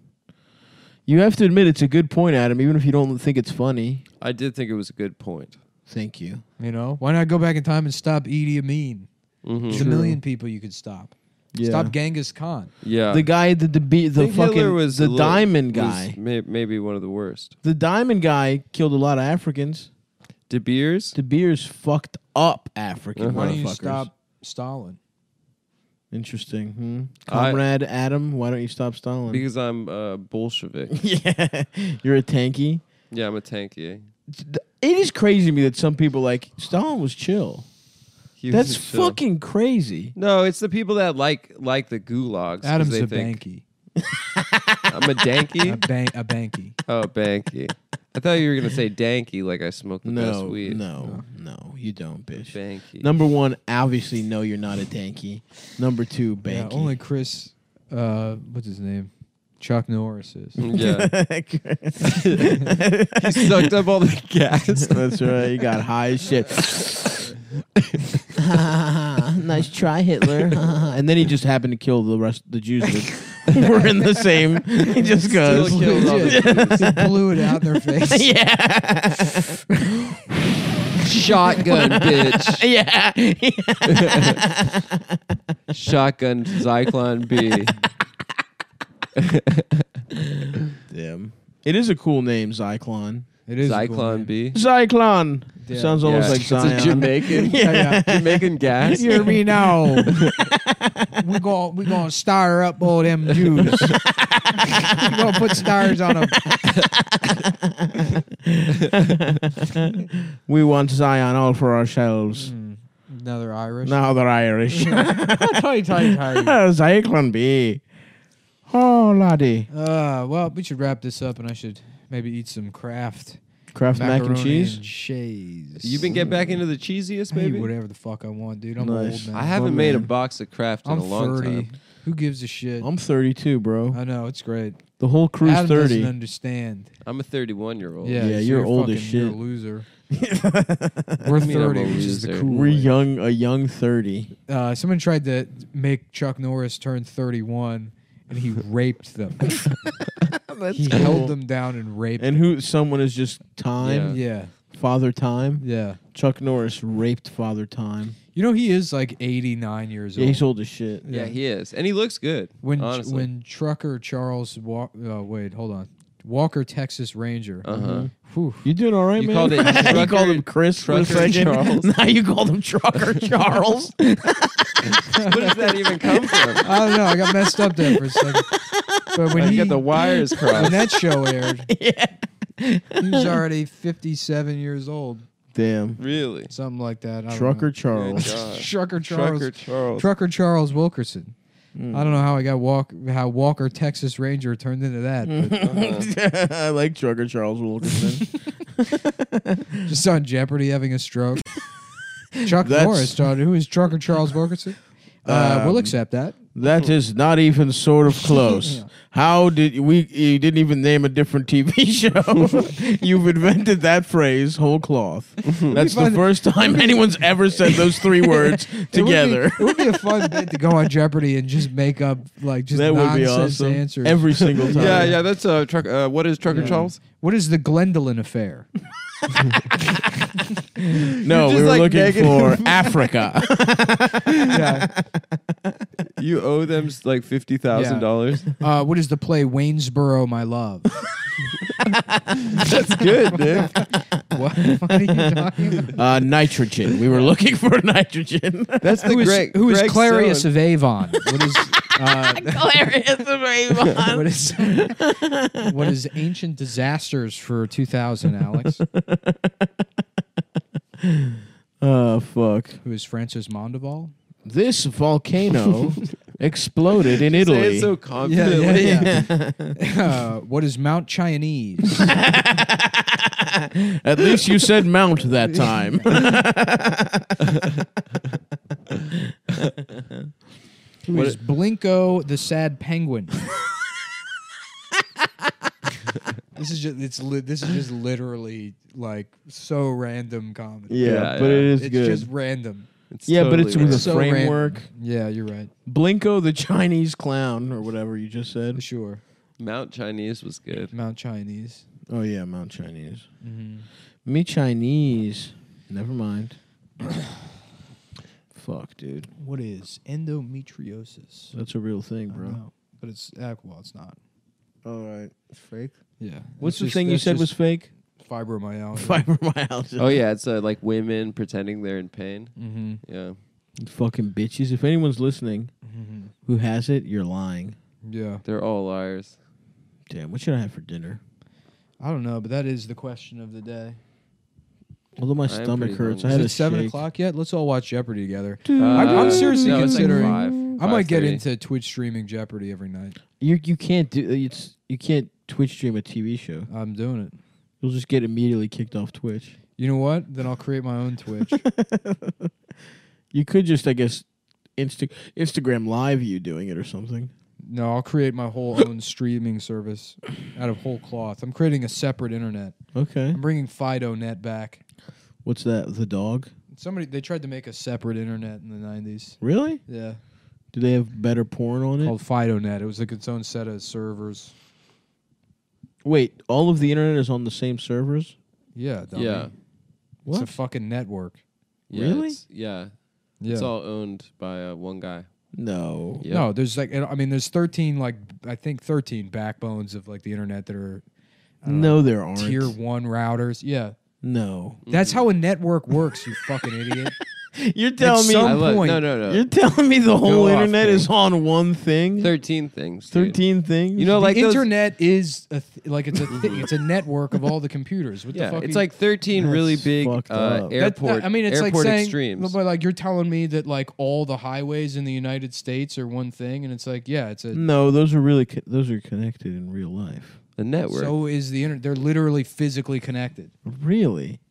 You have to admit it's a good point, Adam, even if you don't think it's funny. I did think it was a good point. Thank you. you know, why not go back in time and stop Idi Amin? hmm Mm-hmm. There's a million people you could stop. Stop Genghis Khan. Yeah. the guy that the be- I the think Hitler fucking was the a little- diamond was guy. may- maybe one of the worst. the diamond guy killed a lot of Africans. De Beers. De Beers fucked up African Uh-huh. Why don't you motherfuckers. stop Stalin? Interesting. Hmm? I- Comrade Adam, why don't you stop Stalin? Because I'm uh, Bolshevik. [laughs] yeah, you're a tanky. yeah, I'm a tanky. It is crazy to me that some people like Stalin was chill. He was That's a chill. fucking crazy. No, it's the people that like like the gulags. 'cause Adam's they a think banky. I'm a A, [laughs] danky. ban- a banky. oh, banky. I thought you were gonna say danky, like I smoke the best No, weed. no, no, you don't, bitch. banky. Number one, obviously, no, you're not a tanky. Number two, banky. Yeah, only Chris, uh, what's his name? Chuck Norris [laughs] is. [laughs] Yeah, [laughs] [laughs] he [laughs] sucked up all the [laughs] gas. That's right. You got high as shit. [laughs] nice try, Hitler. [laughs] and then he just happened to kill the rest the Jews [laughs] that were in the same. [laughs] He just goes. Still killed [laughs] all the He blew it out in [laughs] their face. yeah. Jews. [laughs] Shotgun, bitch. [laughs] Yeah. Shotgun, Zyklon [laughs] B. Damn. It is a cool name, Zyklon. It is a cool Zyklon name. B. Zyklon. Yeah. Sounds almost Yeah. like Zion. [laughs] It's a Jamaican. [laughs] [laughs] Yeah, Jamaican gas. Hear me [laughs] now. we go. We gonna star up all them Jews. we gonna put stars on them. we want Zion all for ourselves. Another Irish. Now they're [laughs] Irish. tight, tight, [laughs] tight. [laughs] Zyklon B. Oh, laddie. Uh, well, we should wrap this up, and I should maybe eat some Kraft Kraft mac and macaroni cheese. and cheese. You been getting back into the cheesiest, I eat baby? whatever the fuck I want, dude. I'm Nice. old now. I haven't made a man. box of craft in I'm a long 30. time. Who gives a shit? I'm 32, bro. I know it's great. The whole crew's Adam doesn't [laughs] 30. understand. I'm a 31 year Oh, old. Yeah, Yeah, so you're old fucking, as You're a shit. [laughs] loser. We're mean I'm thirty, a which is the loser. cool. We're age. young, a young 30. uh, someone tried to make Chuck Norris turn 31, and [laughs] he raped them. he held them down and raped. [laughs] And who? Someone is just Yeah. time. them. yeah, Father Time. yeah. Chuck Norris raped Father Time. You know he is like 89 years Yeah, old. he's old as shit. Yeah, he is, and he looks good. when honestly. when trucker Charles Walk. Oh, wait, hold on. Walker Texas Ranger. Uh-huh. Whew. You doing all right, You man? called [laughs] it you Trucker- called him Chris for a Trucker second. Charles. [laughs] now you called him [laughs] Trucker Charles. Mhm. [laughs] Where does that even [laughs] come from? I don't know. I got messed up there for a [laughs] second. But when You he got the wires when crossed. that show [laughs] aired, he was already 57 years old, Damn. really? something like that. I don't [laughs] Trucker know. Good Charles. God. Trucker Charles. Trucker Charles. Trucker Charles Wilkerson. Hmm. I don't know how I got walk how Walker Texas Ranger turned into that. But [laughs] uh, I like Trucker Charles Wilkerson. [laughs] just on Jeopardy having a stroke. Chuck That's- Norris, John, who is Trucker Charles Wilkerson? Uh, we'll Um, accept that. [laughs] That is not even sort of close. [laughs] How did we? You didn't even name a different TV [laughs] show. You've invented that phrase whole [laughs] cloth. That's the fun- first time anyone's ever said those [laughs] three words It would be- together. It would, be, a fun bit to go on Jeopardy and just make up like just [laughs] That would be nonsense awesome. answers. Every [laughs] single time. Yeah, yeah, that's uh, truck. Uh, what is Trucker Yeah. Charles? what is the Glendolyn [laughs] affair? No, You're we were just, like, looking [laughs] negative. for Africa. yeah. You owe them s- like fifty thousand [laughs] dollars. Uh, what is the play Waynesboro, My Love? That's [laughs] good, dude. what, what are you talking about? uh, nitrogen. We were looking for [laughs] nitrogen. That's the Who is, Greg. who is Greg Clarius Stone. of Avon? What is uh, Hilarious, Raymond. what is what is ancient disasters for 2000? Alex, Oh fuck! who is Francis Mondeval? This [laughs] volcano exploded in Say it Italy. so confidently. [laughs] Uh, what is Mount Chinese? [laughs] [laughs] At least you said mount that [laughs] time. Who is Blinko the Sad Penguin? this is just it's li- this is just literally like so random comedy. Yeah, Yeah, but yeah. it is it's good. just random. yeah, but it's totally with a right. So ran- framework. Yeah, you're right. Blinko the Chinese clown or whatever you just said. Sure, Mount Chinese was good. Mount Chinese. Oh yeah, Mount Chinese. Mm-hmm. Me Chinese. Never mind. [coughs] Fuck, dude. What is endometriosis? That's a real thing, bro. No, but it's uh, well, it's not. All right. It's fake. Yeah. What's That's the just- thing you that's said was just [laughs] fake? fibromyalgia? Fibromyalgia. Oh yeah, it's uh, like women pretending they're in pain. mm-hmm. Yeah, Fucking bitches. If anyone's listening Mhm. who has it, you're lying. Yeah. they're all liars. Damn, what should I have for dinner? I don't know, but that is the question of the day. Although my am stomach pretty hurts, I hungry. Is had it a seven shake. o'clock yet? Let's all watch Jeopardy together. Uh, I'm seriously no, it's like considering- five, I might get 5:30. into Twitch streaming Jeopardy every night. You you can't do uh, it's you can't Twitch stream a TV show. I'm doing it. You'll just get immediately kicked off Twitch. You know what? Then I'll create my own [laughs] Twitch. You could just, I guess, Insta- Instagram live you doing it or something. no, I'll create my [coughs] whole own streaming service out of whole cloth. I'm creating a separate internet. Okay. I'm bringing FidoNet back. What's that? The dog? Somebody they tried to make a separate internet in the 90s. Really? Yeah, Do they have better porn on it? called FidoNet. It was like its own set of servers. Wait, all of the internet is on the same servers? Yeah, dummy. Yeah, It's a What? fucking network. yeah Really? it's- yeah. Yeah. It's all owned by uh, one guy. No. Yeah. No, there's like I mean there's 13 like I think 13 backbones of like the internet that are No, there aren't. tier 1 routers. Yeah. No. That's Mm-hmm. how a network works, you fucking [laughs] idiot. You're telling me- I some love- point. No, no, no. You're telling me the whole off, internet dude. is on one thing? Thirteen things. dude. Thirteen things. You know, like the those- internet is a th- like it's a thing. It's a network of all the computers. What the [laughs] Yeah, fuck? are it's you- like thirteen really That's big fucked uh, up. That- airport. I mean, it's airport like saying, extremes. but like you're telling me that like all the highways in the United States are one thing, and it's like yeah, it's a. no, those are really co- those are connected in real life. the network. So is the internet? They're literally physically connected. Really?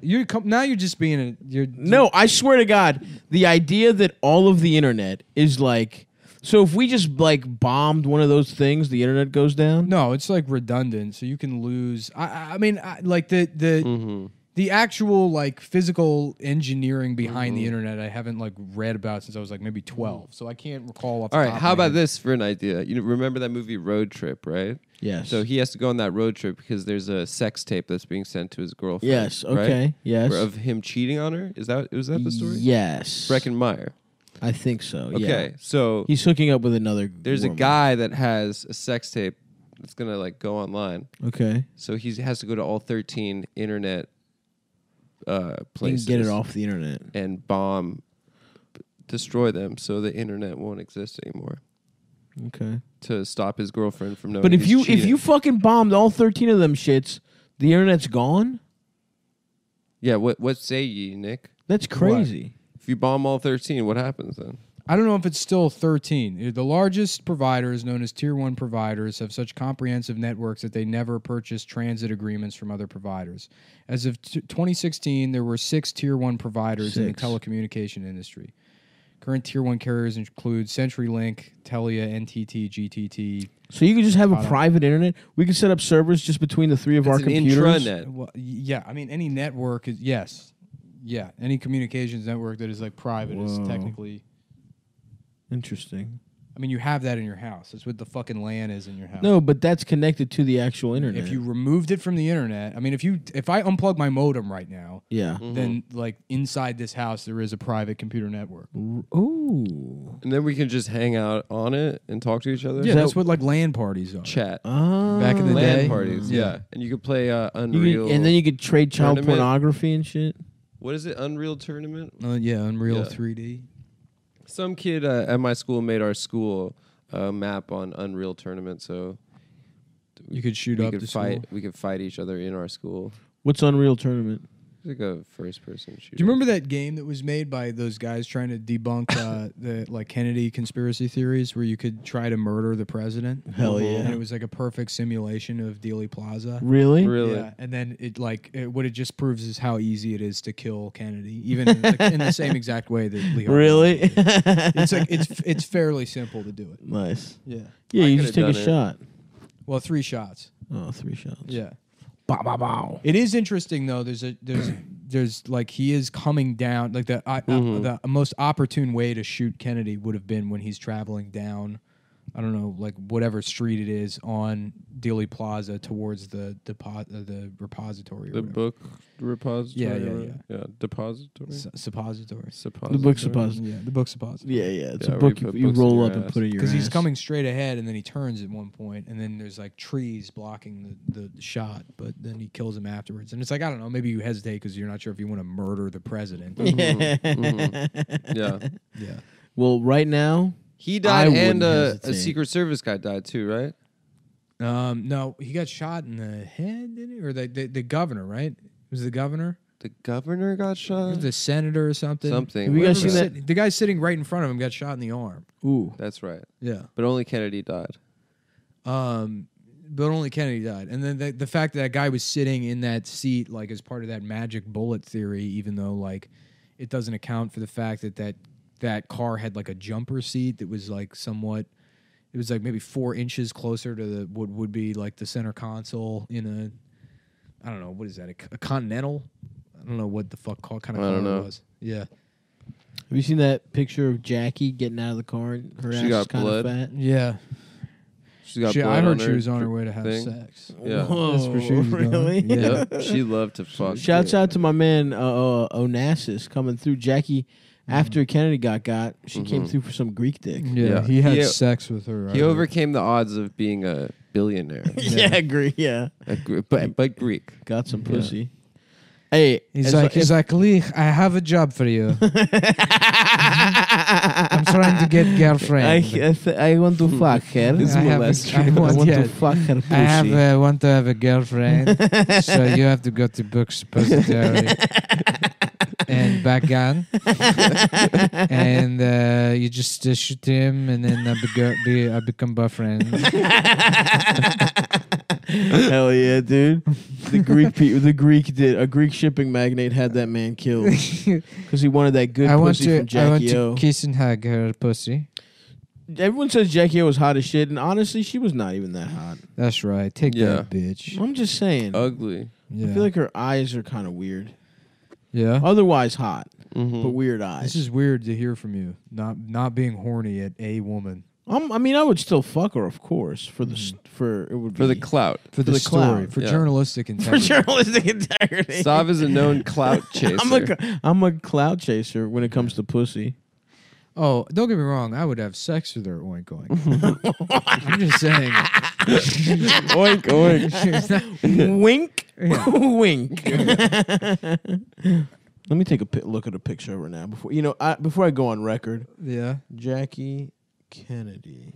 You're com- now you're just being a you're No, I swear to God, the idea that all of the internet is like so if we just like bombed one of those things, the internet goes down. No, it's like redundant, so you can lose. I- I, I mean, I, like the the Mm-hmm. the actual like physical engineering behind Mm-hmm. the internet, I haven't like read about since I was like maybe twelve, so I can't recall. Off the All right, top of how my about head. this for an idea? You know, remember that movie Road Trip, right? Yes. So he has to go on that road trip because there's a sex tape that's being sent to his girlfriend. yes. right? Okay. Yes. Where- Of him cheating on her. Is that was that the story? Yes. Breckin Meyer. I think so. Okay, Yeah. so He's hooking up with another. there's a woman. guy that has a sex tape that's gonna like go online. Okay. So he has to go to all 13 internet uh, He can places get it off the internet. and bomb, destroy them, so the internet won't exist anymore. Okay. To stop his girlfriend from knowing. But if he's you if cheating. you fucking bombed all thirteen of them shits, the internet's gone. yeah, what what say ye, Nick? That's crazy. If you bomb all 13, what happens then? I don't know if it's still 13. The largest providers, known as tier one providers, have such comprehensive networks that they never purchase transit agreements from other providers. As of t- 2016, there were six tier one providers in the Six. telecommunication industry. Current tier one carriers include CenturyLink, Telia, NTT, GTT. So you can just have a private internet. We can set up servers just between the three of our It's an computers. intranet. Well, yeah, I mean any network is yes, yeah, any communications network that is like private is Whoa. technically. Interesting. I mean, you have that in your house. That's what the fucking LAN is in your house. No, but that's connected to the actual internet. If you removed it from the internet, I mean, if you if I unplug my modem right now, yeah. Hmm. then like inside this house there is a private computer network. Ooh. And then we can just hang out on it and talk to each other. Yeah, that's what like LAN parties are. chat. Back in the LAN day, parties. Yeah. And you could play uh, You Unreal. could, and then you could trade child Tournament. pornography and shit. what is it? Unreal Tournament? Uh, yeah, Unreal Yeah. 3D. Some kid uh, at my school made our school uh, map on Unreal Tournament, so You could shoot we up could the fight. school. We could fight each other in our school. What's Unreal Tournament? It's like a first-person shooter. Do you remember that game that was made by those guys trying to debunk uh, the like Kennedy conspiracy theories, where you could try to murder the president? Hell yeah. And it was like a perfect simulation of Dealey Plaza. Really? Really? Yeah, and then it like it, what it just proves is how easy it is to kill Kennedy, even in, like, in the same exact way that Lee. Harvey Really? [laughs] did. It's like it's it's fairly simple to do it. nice. Yeah. Yeah, I you coulda just take a done it. shot. Well, three shots. Oh, three shots. Yeah. Bow, bow, bow. It is interesting though. There's a there's there's like he is coming down. Like the I uh, the most opportune way to shoot Kennedy would have been when he's traveling down. I don't know, like whatever street it is on Dealey Plaza towards the depo- uh, the repository. Or the whatever. book repository? Yeah, yeah, or- yeah. Depository? S- suppository. suppository? The book's supposed. Yeah, the book suppository. Yeah, yeah. It's Yeah, a where you book you, put you books in roll your up and ass. put in your. Because he's ass. [laughs] coming straight ahead, and then he turns at one point, and then there's like trees blocking the, the shot, but then he kills him afterwards. And it's like I don't know, maybe you hesitate because you're not sure if you want to murder the president. Yeah. [laughs] yeah. Well, right now, He died wouldn't and uh, a hesitate. Secret Service guy died too, right? Um, no, he got shot in the head, didn't he? Or the the, the governor, right? It was the governor, The governor got Or shot? the senator, or something. Something. Have you guys Whoever seen was sit- The guy sitting right in front of him got shot in the arm. ooh, That's right. Yeah. But only Kennedy died. Um, but only Kennedy died, and then the, the fact that that guy was sitting in that seat, like as part of that magic bullet theory, even though like it doesn't account for the fact that that that car had like a jumper seat that was like somewhat. It was like maybe four inches closer to the what would be like the center console in a, I don't know what is that a, c- a Continental, I don't know what the fuck car, kind of I car don't it know. was. Yeah, have you seen that picture of Jackie getting out of the car? And her She ass got is kind blood. of fat. yeah. She got She, I blood heard on she was on her way to have thing. sex. Yeah. That's for sure. she was going. really? Yeah. [laughs] Yep. She loved to fuck. Shouts out to my man uh, uh, Onassis coming through. Jackie, after Kennedy got got, she came Mm-hmm. through for some Greek dick. Mm-hmm. Yeah, Yeah. he had He- sex with her. I He heard. overcame the odds of being a billionaire, [laughs] yeah, Greek. Yeah, A Gr- but but Greek. got some pussy. Hey, as lo- [laughs] if- like, Lee, I have a job for [laughs] you. I'm trying to get girlfriend. I, I, th- I want to [laughs] fuck her. This I have a- molester. I I want- want, yeah. to fuck her pussy. uh, want to have a [laughs] girlfriend, so you have to go to book [laughs] [laughs] suppository and back gun, and uh, you just uh, shoot him, and then I, bego- be, I become [laughs] boyfriend. Hell yeah, dude! The Greek, pe- the Greek did a Greek shipping magnate had that man [laughs] killed because he wanted that good I want pussy to, from I want Jackie O. to kiss and hug her pussy. Everyone says Jackie O was hot as shit, and honestly, she was not even that hot. That's right. Take Yeah. that, bitch. I'm just saying. Ugly. Yeah. I feel like her eyes are kind of weird. yeah. Otherwise hot, but Mhm. weird eyes. This is weird to hear from you. Not not being horny at a woman I'm, I mean, I would still fuck her, of course, for the s for it would Mm-hmm. For the be- [laughs] clout. for the, the story, clout. for Yeah. journalistic [laughs] integrity. journalistic integrity. Sav is a known clout chaser. [laughs] I'm a cl- I'm a cloud chaser when it comes to pussy. Oh, don't get me wrong. I would have sex with her oink [laughs] oink. I'm just [laughs] saying. [laughs] oink oink. It's not- [laughs] wink, [laughs] wink. Let me take a pi- look at a picture of her now before you know. I, before I go on record, yeah. Jackie Kennedy.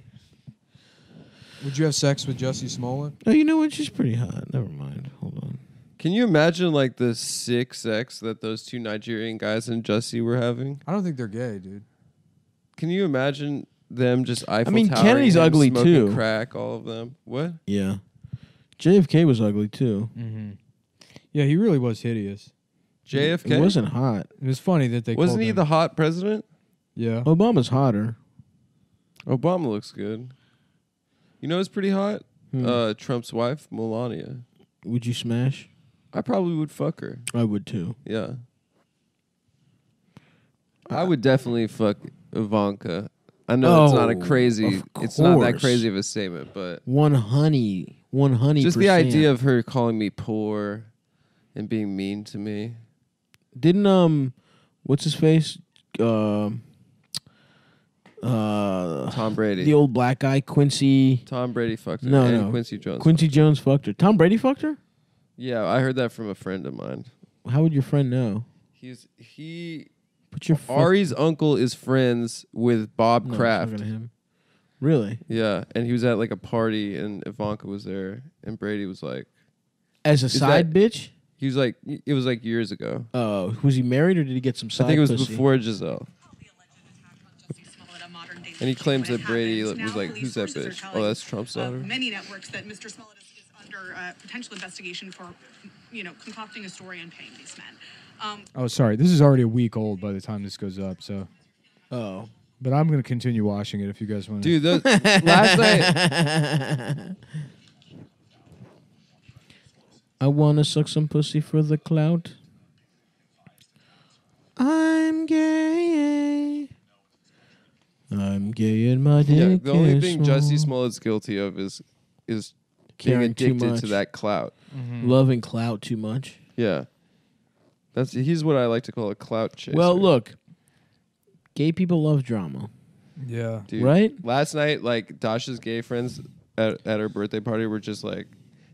Would you have sex with Jussie Smollett? Oh, you know what? She's pretty hot. Never mind. Hold on. Can you imagine like the sick sex that those two Nigerian guys and Jussie were having? I don't think they're gay, dude. Can you imagine them just Eiffel mean, Towering Kennedy's him, ugly, smoking too. Crack, all of them. What? Yeah, JFK was ugly too. Mm-hmm. Yeah, he really was hideous. JFK It wasn't hot. It was funny that they Wasn't called he him- the hot president? Yeah. Obama's hotter. Obama looks good. You know, it's pretty hot. Hmm. Uh, Trump's wife, Melania. Would you smash? I probably would fuck her. I would too. Yeah. I would definitely fuck Ivanka. I know it's not a Oh, crazy, of it's not that course. crazy of a statement, but One honey. One honey. just the idea of her calling me poor and being mean to me. didn't um, what's his face? Um, uh, Tom Brady. the old black guy Quincy. Tom Brady fucked her. No, and no. Quincy Jones. Quincy Jones fucked her. Tom Brady fucked her. yeah, I heard that from a friend of mine. How would your friend know? He's he Put your fuck- Ari's uncle is friends with Bob No, it's not Kraft. gonna him. Really? Yeah, and he was at like a party, and Ivanka was there, and Brady was like, As a side bitch? he was like, it was like years ago. Oh, was he married or did he get some side? I think it was pussy? before Giselle. And he claims that Brady was like, "Who's that bitch?" Oh, that's Trump's daughter? Many networks that Mr. Smollett is, is under uh, potential investigation for, you know, concocting a story and paying these men. Um, Oh, sorry. This is already a week old by the time this goes up. So, Oh, but I'm gonna continue watching it if you guys want. to. Dude, those, last night, I wanna suck some pussy for the clout. I'm gay. I'm gay and my dick yeah, the only is thing small. Jussie Smollett's guilty of is is being Caring too addicted to much. that clout. loving clout too much. Yeah, that's he's what I like to call a clout chaser. Well, look, gay people love drama. yeah. Dude, right? Last night, like Dasha's gay friends at, at her birthday party were just like,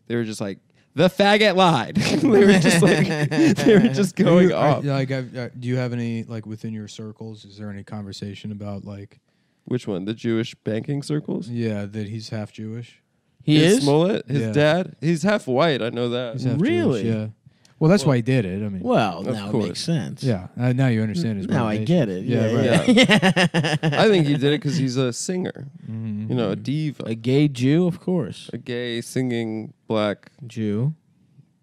they were just like. The faggot lied. [laughs] they were just like, they were just going off. like, I've, uh, do you have any like within your circles? Is there any conversation about like, Which one? The Jewish banking circles? yeah, that he's half Jewish? He His is. Smollett, his Yeah. dad. He's half white. I know that. He's half Really? Jewish, yeah. Well, that's why he did it. I mean, Well, Of now it course. makes sense. yeah. Uh, now you understand his. Now I motivation. get it. Yeah, right. Yeah. I think he did it because he's a singer. Mm-hmm. You know, a diva, [laughs] A a, gay Jew, of course. gay singing black Jew.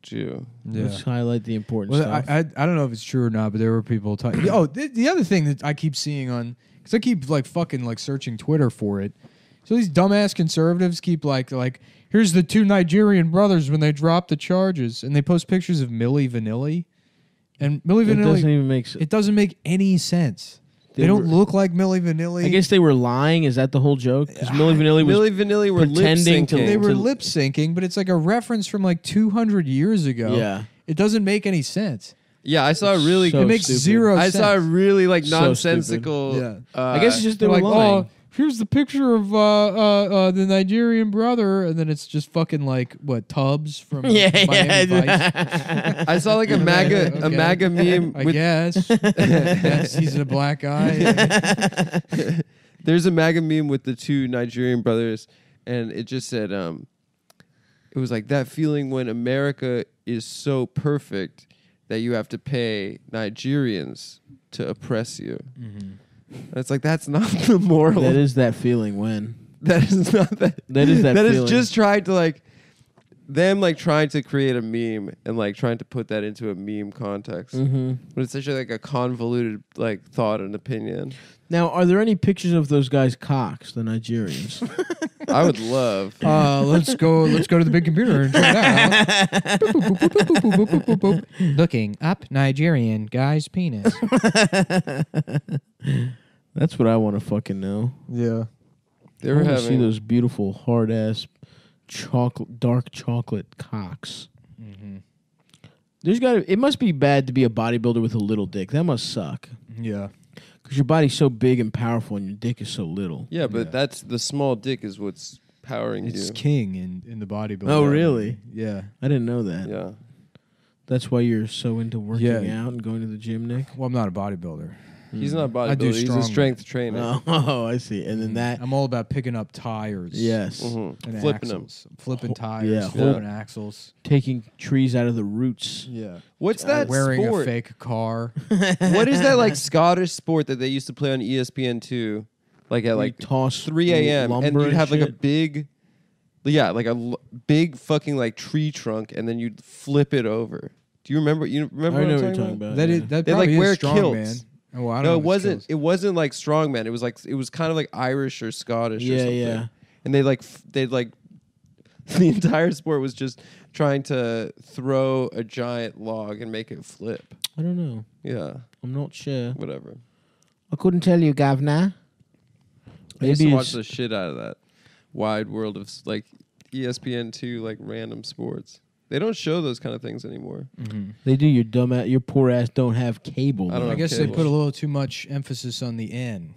Jew. Yeah. Let's highlight the important Well, I, stuff. I I don't know if it's true or not, but there were people talking. oh, the, the other thing that I keep seeing on because I keep like fucking like searching Twitter for it. So these dumbass conservatives keep like like here's the two Nigerian brothers when they dropped the charges, and they post pictures of Millie Vanilli, and Millie it doesn't Vanilli. even make sense. it doesn't make any sense. They, They don't were- look like Millie Vanilli. I guess they were lying. Is that the whole joke? Because Millie Vanilli was. Millie Vanilli were pretending to- lip-syncing. they were to- lip syncing, but it's like a reference from like 200 years ago. Yeah. it doesn't make any sense. yeah, I saw a really. So it makes stupid. zero. I sense. saw a really like So nonsensical. stupid. Uh, I guess it's just they They're were like, lying. oh, here's the picture of uh, uh, uh, the Nigerian brother, and then it's just fucking like what Tubbs from [laughs] yeah, "Oh, Miami Vice. I saw like a MAGA a Okay. MAGA meme I with guess Yes, he's a black guy. There's a MAGA meme with the two Nigerian brothers, and it just said, um, it was like that feeling when America is so perfect that you have to pay Nigerians to oppress you. And it's like that's not [laughs] the moral. Mm-hmm. That is that feeling when. that is not that. That is that That is feeling. just trying to like them like trying to create a meme and like trying to put that into a meme context. Mm-hmm. But it's such like a convoluted like thought and opinion. Now, are there any pictures of those guys' cocks, the Nigerians? [laughs] I [laughs] would love. Uh, let's go. Let's go to the big computer and check that out. Boop, boop, boop, boop, boop, boop, boop, boop, boop, boop. Looking up Nigerian guy's penis. That's what I want to fucking know. Yeah. They I were want to having see those beautiful, hard ass, chocolate, dark chocolate cocks. Mm-hmm. There's got to. It must be bad to be a bodybuilder with a little dick. That must suck. Yeah. Because your body's so big and powerful, and your dick is so little. Yeah, but that's the small dick is what's powering It's you. king in in the bodybuilding. Oh, really? Yeah. I didn't know that. yeah. That's why you're so into working Yeah. out and going to the gym, [laughs] Nick. Well, I'm not a bodybuilder. He's not a I do bodybuilder. He's a strongman. strength trainer. Oh, oh, I see. And then that, I'm all about picking up tires. yes, Mhm. and Flipping them. axles. flipping tires, yeah, flipping axles. taking trees out of the roots. Yeah, What's that wearing sport? a fake car. [laughs] What is [laughs] that like Scottish sport that they used to play on E ESPN two, like at Like like toss three a.m. lumber and you'd have like a shit. big, yeah, like a l- big fucking like tree trunk, and then you'd flip it over. Do you remember? You remember? I what know I'm what you're talking about. That yeah. is that They, like, probably wear is strong, man. kilts. Oh, I don't know No, if it it's wasn't. Kills. It wasn't like strongman. It was like it was kind of like Irish or Scottish. or Yeah, something. yeah. And they like f- they like [laughs] the entire sport was just trying to throw a giant log and make it flip. I don't know. Yeah, I'm not sure. whatever. I couldn't tell you, Governor. I used to Maybe watch it's- the shit out of that Wide World of s- like ESPN two like random sports. They don't show those kind of things anymore. They do. Your dumb ass, your poor ass don't have cable. I don't I know. guess Okay, they put a little too much emphasis on the N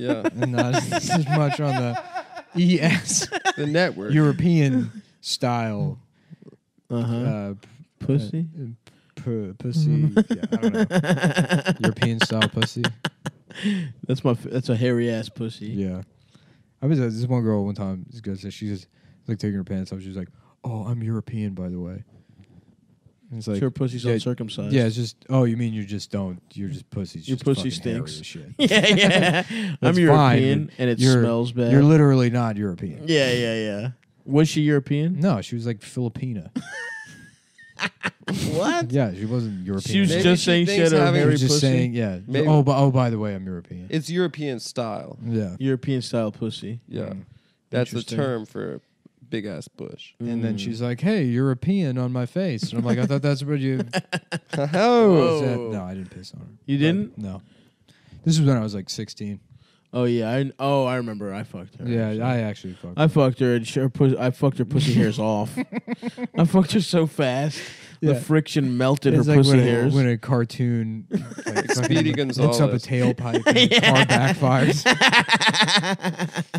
Yeah, and not [laughs] as much on the [laughs] ES the network. European style Uh Uh-huh. huh. uh, Pussy. p- [laughs] pussy. Yeah, I don't know. European style pussy. uh-huh. [laughs] That's my. f- That's a hairy ass pussy. Yeah. I was uh, this one girl one time. This girl said she was like taking her pants off. She was like, "Oh, I'm European, by the way." And it's like Sure, pussy's yeah, uncircumcised. Yeah, it's just oh, you mean you just don't? You're just pussies. Your just pussy fucking hairy stinks. as [laughs] Shit. [laughs] yeah, yeah. I'm That's European, and it You're- smells bad. You're literally not European. yeah, yeah, yeah. Was she European? No, she was like Filipina. [laughs] [laughs] what? yeah, she wasn't European. She was Maybe just she saying she thinks had a having- She hairy was pussy. just saying, yeah. Maybe. Oh, but oh, by the way, I'm European. It's European style. yeah. European style pussy. Yeah, that's the Interesting. term for big ass bush. And Mm. then she's like, "Hey, European on my face," and I'm like, "I thought that's what [laughs] you." Oh, said. No, I didn't piss on her. You didn't? No. This was when I was like 16. Oh yeah. I oh I remember. I fucked her. Yeah, actually. I actually fucked. I fucked her and she, her pus- I fucked her pussy [laughs] hairs off. I fucked her so fast, Yeah. the friction melted it's her like pussy when hairs. A, when a cartoon [laughs] like, fucking Speedy looks up a Gonzales. tailpipe and yeah. car [laughs] backfires.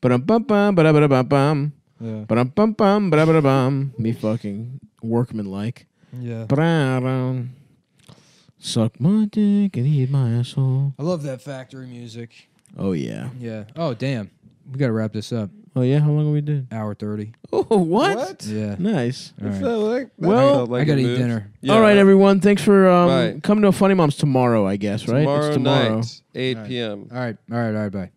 But um bum bum ba da bum bum. Yeah. But um bum bum ba da bum. Me fucking workman like. yeah. Suck my dick and eat my asshole. I love that factory music. Oh yeah. Yeah. Oh, damn. We got to wrap this up. Oh yeah. How long are we doing? Hour 30. Oh what? [laughs] Yeah. Nice. All right. Felt like- that Well, felt like I got it to eat moved. dinner. Yeah. All right, everyone. Thanks for um, Right. coming to Funny Moms tomorrow. I guess right. Tomorrow, it's tomorrow. night, 8 All right. p.m. All right. All right. All right. Bye.